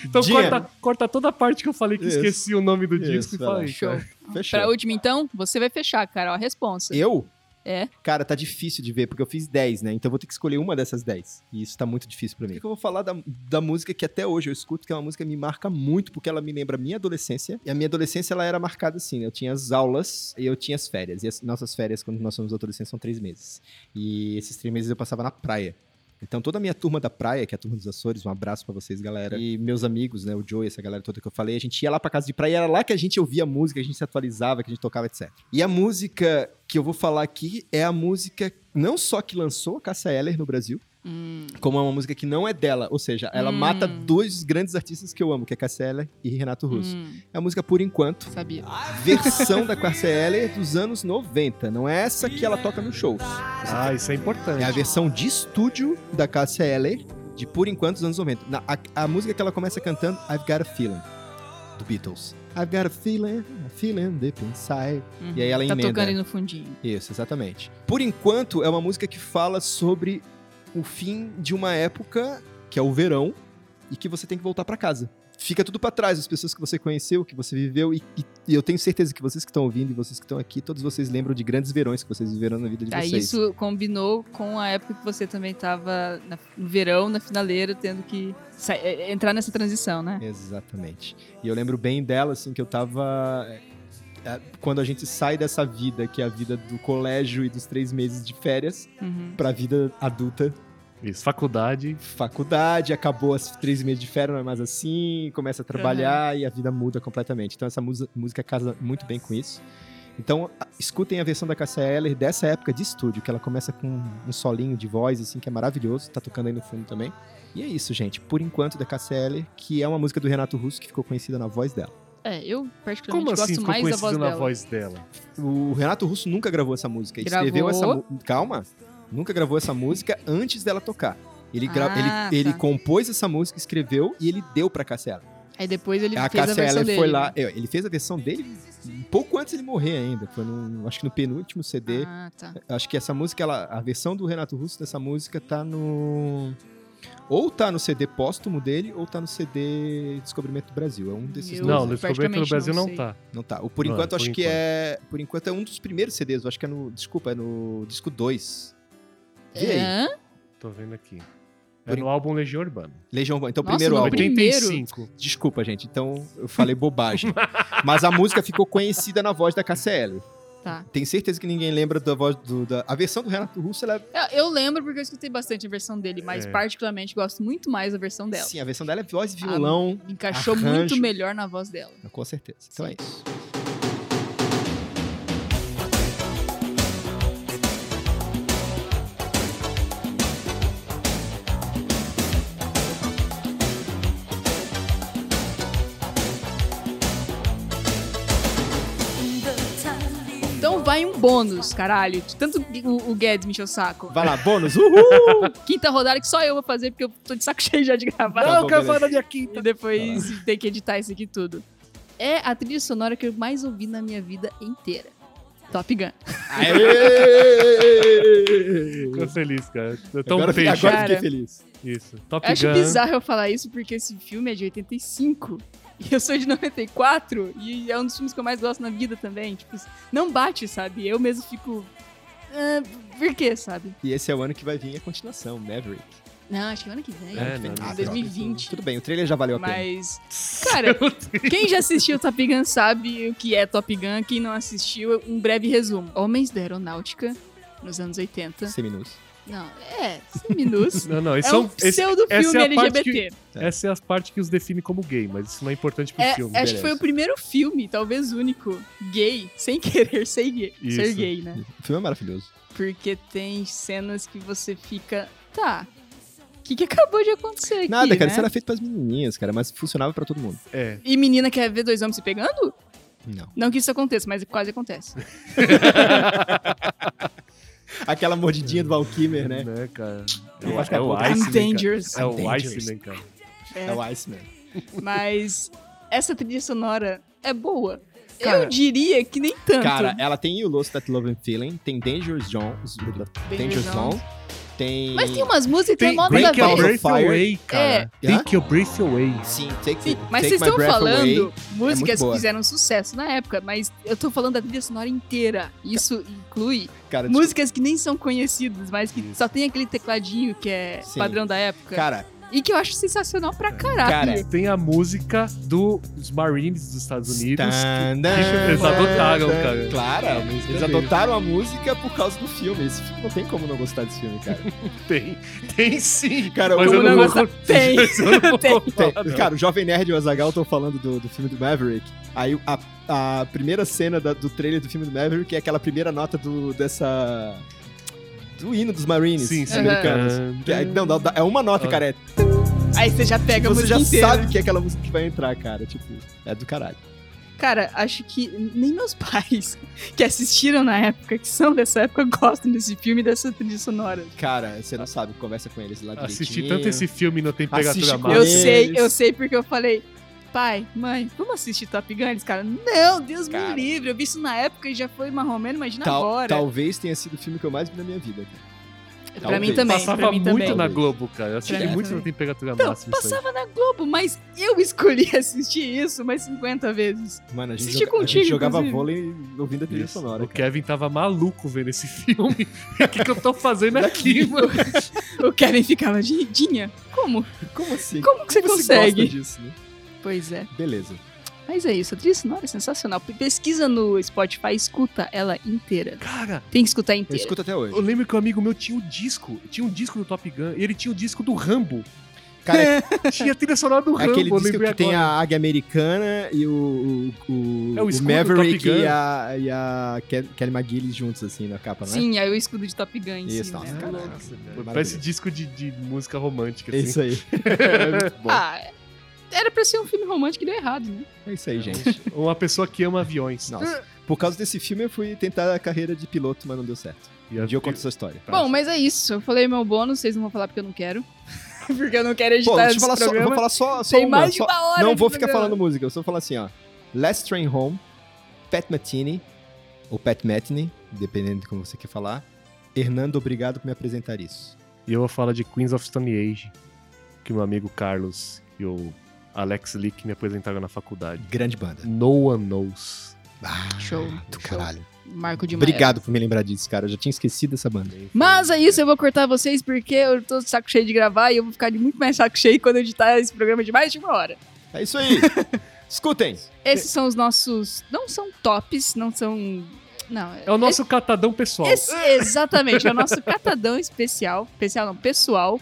B: Então
C: Dinheiro.
B: corta, corta toda a parte que eu falei que
C: Isso.
B: esqueci o nome do
C: Isso,
B: disco e
C: vai lá.
B: falei.
A: show.
B: cara.
C: [LAUGHS] Fechou.
A: pra última, então, você vai fechar, cara. Ó, a responsa.
C: Eu?
A: É.
C: Cara, tá difícil de ver, porque eu fiz 10, né? Então eu vou ter que escolher uma dessas 10. E isso tá muito difícil pra mim. Por que que eu vou falar da, da música que até hoje eu escuto, que é uma música que me marca muito, porque ela me lembra a minha adolescência. E a minha adolescência, ela era marcada assim, né? Eu tinha as aulas e eu tinha as férias. E as nossas férias, quando nós somos adolescentes, são três meses. E esses três meses eu passava na praia. Então toda a minha turma da praia, que é a turma dos Açores, um abraço pra vocês, galera. E meus amigos, né, o Joey, essa galera toda que eu falei, a gente ia lá pra casa de praia, e era lá que a gente ouvia música, que a gente se atualizava, que a gente tocava, etc. E a música que eu vou falar aqui é a música não só que lançou a Cássia Eller no Brasil,
A: Hum,
C: como é uma música que não é dela, ou seja, ela
A: Hum.
C: mata dois grandes artistas que eu amo, que é Cássia Eller e Renato Russo.
A: hum,
C: É a música Por Enquanto,
A: sabia.
C: versão da Cássia Eller dos anos 90, não é essa que ela toca nos shows.
B: Ah, isso é importante.
C: É a versão de estúdio da Cássia Eller, de por enquanto dos anos 90. Na- a, a música que ela começa cantando, I've Got a Feeling, do Beatles. I've got a feeling, a feeling deep inside.
A: Uhum.
C: E aí ela
A: Tá
C: emenda.
A: tocando aí no fundinho.
C: Isso, exatamente. Por enquanto, é uma música que fala sobre o fim de uma época, que é o verão, e que você tem que voltar pra casa. Fica tudo pra trás, as pessoas que você conheceu, que você viveu, e, e- e eu tenho certeza que vocês que estão ouvindo e vocês que estão aqui, todos vocês lembram de grandes verões que vocês viveram na vida de
A: Tá,
C: vocês.
A: isso combinou com a época que você também tava na- no verão, na finaleira, tendo que sa- é, é, entrar nessa transição, né?
C: Exatamente. E eu lembro bem dela, assim, que eu tava. é, é, Quando a gente sai dessa vida, que é a vida do colégio e dos três meses de férias,
A: Uhum.
C: pra vida adulta,
B: Isso, faculdade.
C: faculdade, acabou as três meses de férias, não é mais assim, começa a trabalhar e a vida muda completamente. Então essa musa- música casa muito bem com isso. Então, a- escutem a versão da Cassia Eller dessa época de estúdio, que ela começa com um solinho de voz, assim, que é maravilhoso, tá tocando aí no fundo também. E é isso, gente. Por enquanto, da Cassia Eller, que é uma música do Renato Russo, que ficou conhecida na voz dela.
A: É, eu particularmente
B: Como assim
A: gosto
B: ficou
A: mais da voz
B: conhecido na
A: dela.
B: voz dela?
C: O Renato Russo nunca gravou essa música. Ele
A: Gravou.
C: escreveu essa música. Calma. Nunca gravou essa música antes dela tocar. Ele, gra-
A: Ah,
C: ele,
A: tá.
C: ele compôs essa música, escreveu e ele deu pra Cassiela.
A: Aí depois ele
C: É A
A: fez a versão
C: Cassiela
A: dele.
C: foi lá. é, Ele fez a versão dele um pouco antes ele morrer ainda. Foi no, acho que no penúltimo CD.
A: Ah, tá.
C: Acho que essa música, ela, a versão do Renato Russo dessa música tá no. Ou tá no CD póstumo dele, ou tá no CD Descobrimento do Brasil. É um desses
A: Eu
C: dois.
B: não, no Descobrimento do
A: praticamente
B: Brasil
A: não
B: não,
A: sei.
B: tá.
C: Não tá. O por
B: Não,
C: enquanto
B: por
C: acho que
B: enquanto.
C: é. Por enquanto é um dos primeiros CDs. Eu acho que é no. Desculpa, é no disco 2. Vê aí.
A: Hã?
B: Tô vendo aqui. É
C: Por
B: no álbum Legião Urbana.
C: Legião Urbana. Então,
A: Nossa,
C: primeiro
A: no
C: álbum.
A: primeiro.
B: 85.
C: Desculpa, gente. Então, eu falei [LAUGHS] bobagem. Mas a música ficou conhecida na voz da KCL.
A: Tá.
C: Tenho certeza que ninguém lembra da voz do. Da... A versão do Renato Russo, ela é.
A: Eu- Eu lembro porque eu escutei bastante a versão dele, mas
B: É.
A: particularmente gosto muito mais da versão dela. Ah,
C: Sim, a versão dela é voz e violão.
A: Encaixou
C: Arranjo.
A: muito melhor na voz dela.
C: Com certeza. Então é isso.
A: vai um bônus, caralho. De tanto que o, o Guedes me encheu o saco.
C: Vai lá, bônus. Uhul!
A: Quinta rodada que só eu vou fazer, porque eu tô de saco [LAUGHS] cheio já de gravar.
C: Tá bom, beleza. Tá
B: da minha quinta.
A: E depois [LAUGHS] tem que editar isso aqui tudo. É a trilha sonora que eu mais ouvi na minha vida inteira. Top Gun.
B: Tô feliz, cara. Tô tão
C: Agora,
B: triste.
C: eu fiquei- Então, agora eu
A: Cara.
C: fiquei feliz.
B: Isso. Top
A: Eu acho
B: Gun.
A: bizarro eu falar isso porque esse filme é de 85 e eu sou de 94 e é um dos filmes que eu mais gosto na vida também. Tipo, não bate, sabe? Eu mesmo fico. "Ah, por quê, sabe?
C: E esse é o ano que vai vir a continuação, Maverick.
A: Não, acho que ano que vem.
B: É,
A: ano que vem,
B: não,
A: ah,
B: não.
A: 2020.
C: Tudo bem, o trailer já valeu a pena.
A: Mas,
B: [LAUGHS]
A: cara, quem já assistiu Top Gun sabe o que é Top Gun. Quem não assistiu, um breve resumo. Homens da Aeronáutica, nos anos 80.
C: Seminus.
A: Não, é, seminus.
B: Não, não. Esse
A: É
B: é
A: um
B: um- esse- essa
A: pseudo-filme
B: é a parte
A: LGBT.
B: que- Essa é a parte que os define como gay, mas isso não é importante pro
A: É,
B: filme.
A: acho que foi o primeiro filme, talvez único, gay, [LAUGHS] sem querer ser gay, ser
B: Isso.
A: gay, né?
C: O filme é maravilhoso.
A: Porque tem cenas que você fica, tá, o que, que acabou de acontecer aqui,
C: Nada, cara,
A: né?
C: isso era feito pras menininhas, cara, mas funcionava pra todo mundo.
B: É.
A: E menina quer ver dois homens se pegando?
C: Não.
A: Não que isso aconteça, mas quase acontece.
C: Aquela mordidinha do Valkymer, né?
B: Né, cara?
C: Eu acho que
B: é
C: é
B: o
C: pouco.
A: I'm
B: Iceman, cara.
A: dangerous.
B: É o
C: dangerous.
B: Iceman, cara.
A: É,
C: É o Iceman.
A: mas essa trilha sonora é boa.
B: Cara-
A: Eu diria que nem tanto.
C: Cara, ela tem o Lost That Love and Feeling, tem Dangerous Zone, Dangerous
A: Zone.
C: Zone, tem...
A: mas tem umas músicas que é
B: Tem
A: mó nada a
B: Break
A: ver.
B: Your
C: Ball of
B: Breath
C: Fire.
B: Away, cara.
C: É.
B: Take Your Breath Away.
C: Sim, Take,
A: Sim, mas
C: take
A: vocês
C: My
A: estão
C: Breath Away. é
A: falando músicas que
C: boa.
A: fizeram sucesso na época, mas eu tô falando da trilha sonora inteira. Isso inclui
C: Cara, desculpa.
A: músicas que nem são conhecidas, mas que só tem aquele tecladinho que é
C: Sim.
A: padrão da época.
C: Cara,
A: e que eu acho sensacional pra
C: Cara,
A: caralho.
B: Tem a música dos Marines dos Estados Unidos.
C: Eles
B: eles adotaram, cara.
C: Claro,
B: É, mas
C: eles
B: é
C: adotaram a música por causa do filme. Esse filme não tem como não gostar desse filme,
B: [LAUGHS]
C: cara.
B: Tem. Tem sim.
C: Cara,
B: mas
C: É o
B: eu não vou...
A: negócio- Tem.
B: mas eu não vou
A: Tem.
B: falar,
C: Tem-
B: não.
C: cara, o Jovem Nerd e o Azagal estão falando do, do filme do Maverick. Aí a, a primeira cena da- do trailer do filme do Maverick é aquela primeira nota do, dessa. do hino dos Marines
B: Sim, sim.
C: americanos.
B: Aham.
C: Que é- não, dá- dá- é uma nota,
B: Ah.
C: cara. É,
A: Aí você já pega a
C: você
A: música
C: já
A: inteira.
C: sabe que é aquela música que vai entrar, cara. Tipo, é do caralho.
A: Cara, acho que nem meus pais [LAUGHS] que assistiram na época, que são dessa época, gostam desse filme e dessa trilha sonora.
C: Cara, você não sabe, conversa com eles lá
B: Assisti
C: direitinho.
B: tanto esse filme no
C: Assiste
B: Temperatura
C: com-
A: Eu
B: Máxima.
C: Mas-
A: sei, eu sei porque eu falei, pai, mãe, vamos assistir Top Gun? Eles, cara, não, Deus me
C: Cara.
A: livre, eu vi isso na época e já foi marromeno, imagina
C: Tal-
A: agora.
C: Talvez tenha sido o filme que eu mais vi na minha vida. cara.
A: pra mim
C: talvez.
A: também, pra
B: Passava
A: mim
B: muito
A: também.
B: na Globo, cara. Eu assisti
A: Pra mim
B: muito na
A: também.
B: Temperatura
A: Então,
B: Máxima. isso aí.
A: passava na Globo, mas eu [LAUGHS] escolhi assistir isso mais 50 vezes.
C: Mano, a gente,
A: Assisti
C: joga- a gente
A: contigo,
C: jogava
A: inclusive.
C: vôlei ouvindo a trilha
B: Isso.
C: sonora.
B: o
C: cara.
B: Kevin tava maluco vendo esse filme. [LAUGHS] O que, que eu tô fazendo
A: [LAUGHS]
B: aqui, mano?
A: O Kevin ficava, "Di- Dinha, como?
C: Como assim?
A: Como que você
C: Como você
A: consegue?
C: gosta disso, né?
A: Pois é.
C: Beleza.
A: Mas é isso, a trilha sonora é sensacional. Pesquisa no Spotify, escuta ela inteira.
B: Cara,
A: Tem que escutar
C: Eu
A: inteira.
C: escuto até hoje.
B: eu lembro que um amigo meu tinha um disco. Tinha um disco do Top Gun e ele tinha o disco do Rambo.
C: Cara, é
B: Tinha a trilha sonora do Rambo.
C: [LAUGHS] aquele
B: eu
C: disco que
B: lembrei
C: tem
B: agora.
C: a águia americana e o, o, o,
B: É o
C: o
B: escudo do
C: Maverick
B: Top Gun.
C: e a, e a Ke- Kelly McGillis juntos, assim, na capa, né?
A: Sim, aí o escudo de Top Gun em
C: Isso,
A: cima.
C: nossa,
A: né?
C: cara.
A: Louco.
B: Nossa, velho.
C: Maravilha.
B: Parece disco de, de música romântica,
C: É
A: [LAUGHS]
B: assim.
C: isso aí. É muito bom.
A: Ah, era pra ser um filme romântico e deu errado, né?
C: É isso aí, gente.
B: [LAUGHS] Uma pessoa que ama aviões.
C: Nossa. Por causa desse filme, eu fui tentar a carreira de piloto, mas não deu certo.
B: E
C: Um
B: a-
C: dia eu conto essa história.
B: Tá.
A: Bom, mas é isso. Eu falei meu bônus, vocês não vão falar porque eu não quero. [LAUGHS] porque eu não quero editar
C: Pô, deixa
A: esse
C: eu falar só, eu
A: tá programa.
C: vou falar só, só
A: Tem
C: uma,
A: mais de
C: só-
A: uma hora
C: Não
A: de
C: vou ficar
A: programa.
C: falando música, eu só vou falar assim, ó. Last Train Home, Pat Metheny, ou Pat Metheny, dependendo de como você quer falar. Hernando, obrigado por me apresentar isso.
B: E eu vou falar de Queens of Stone Age, que meu amigo Carlos e o Alex Lick me apresentaram na faculdade.
C: Grande banda.
B: No One Knows.
C: Ah,
A: Show. Show.
C: do caralho.
A: Marco de Maia.
C: Obrigado por me lembrar disso, cara. Eu já tinha esquecido essa banda.
A: Mas é isso, eu vou cortar vocês porque eu tô de saco cheio de gravar e eu vou ficar de muito mais saco cheio quando eu editar esse programa de mais de uma hora.
C: É isso aí. [LAUGHS] Escutem. É.
A: Esses são os nossos. Não são tops, não são. Não.
B: É o nosso catadão pessoal.
A: Esse- exatamente, é o nosso catadão especial. Especial não, pessoal.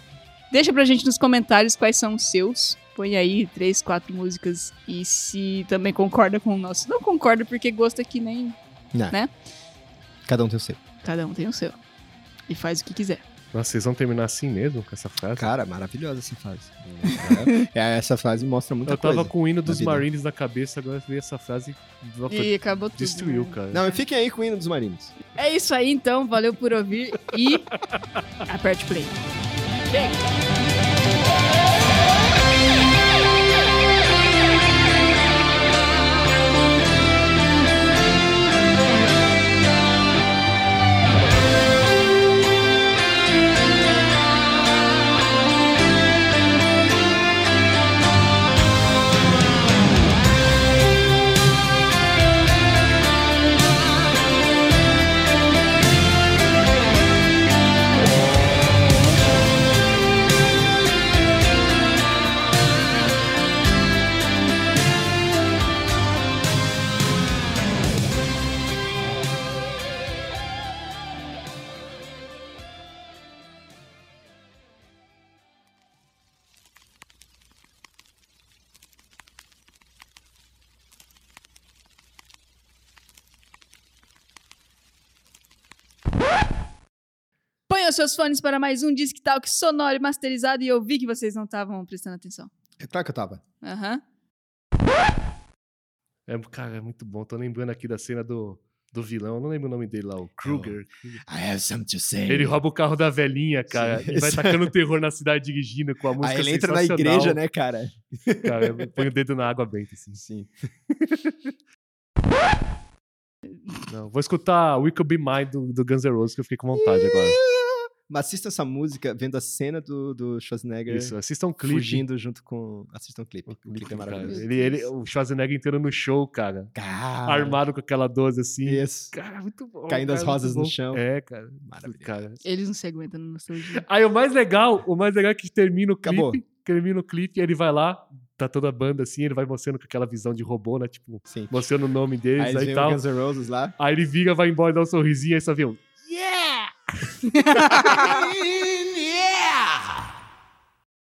A: Deixa pra gente nos comentários quais são os seus. Põe aí três, quatro músicas e se também concorda com o nosso. Não concorda porque gosta que nem
C: Não.
A: Né?
C: Cada um tem o seu.
A: cada um tem o seu. E faz o que quiser.
B: Nossa, vocês vão terminar assim mesmo com essa frase?
C: Cara, maravilhosa essa frase. [LAUGHS] É, essa frase mostra muita
B: eu tava
C: coisa.
B: com o hino dos
C: vida.
B: Marines na cabeça, agora veio essa frase
A: E acabou tudo.
B: destruiu,
A: né?
B: cara.
C: Não, mas fiquem aí com o hino dos marinos.
A: É isso aí, então. Valeu por ouvir e aperte play. Ponham seus fones para mais um Disc Talk sonoro e masterizado e eu vi que vocês não estavam prestando atenção.
C: É claro que eu tava.
A: Aham.
B: É, cara, é muito bom. Tô lembrando aqui da cena do, do vilão. Eu não lembro o nome dele lá, o Kruger.
C: I have something to say.
B: Ele rouba o carro da velhinha, cara,
C: Sim.
B: e
C: [LAUGHS]
B: vai tacando terror na cidade dirigindo com a música
C: Aí Ah, ele entra na igreja, né, cara?
B: Cara, põe o dedo na água benta, assim.
C: Sim.
B: Não, vou escutar We Could Be Mine do, do Guns N' Roses, que eu fiquei com vontade agora.
C: Mas assista essa música vendo a cena do, do Schwarzenegger
B: Isso, assista um clipe.
C: fugindo junto com. Assistam o clipe. O
B: O clipe,
C: clipe é
B: cara.
C: maravilhoso. Ah.
B: Ele, ele, o Schwarzenegger entrando no show, cara.
C: Cara,
B: Armado com aquela 12 assim.
C: Isso.
B: Cara, muito bom.
C: Caindo as
B: cara, muito
C: rosas no
B: bom.
C: chão.
B: É, cara.
C: Maravilhoso.
B: Cara.
A: Eles não se aguentam no nostalgia.
B: Aí o mais legal, o mais legal é que termina o clipe.
C: Acabou.
B: Termina o clipe, ele vai lá, tá toda a banda assim, ele vai mostrando com aquela visão de robô, né? Tipo,
C: Sim.
B: mostrando o nome
C: Aí
B: deles
C: eles
B: aí e
C: veem
B: tal.
C: o Guns N' Roses lá.
B: Aí ele vira, vai embora, dá um sorrisinho, aí só vê um.
A: Yeah!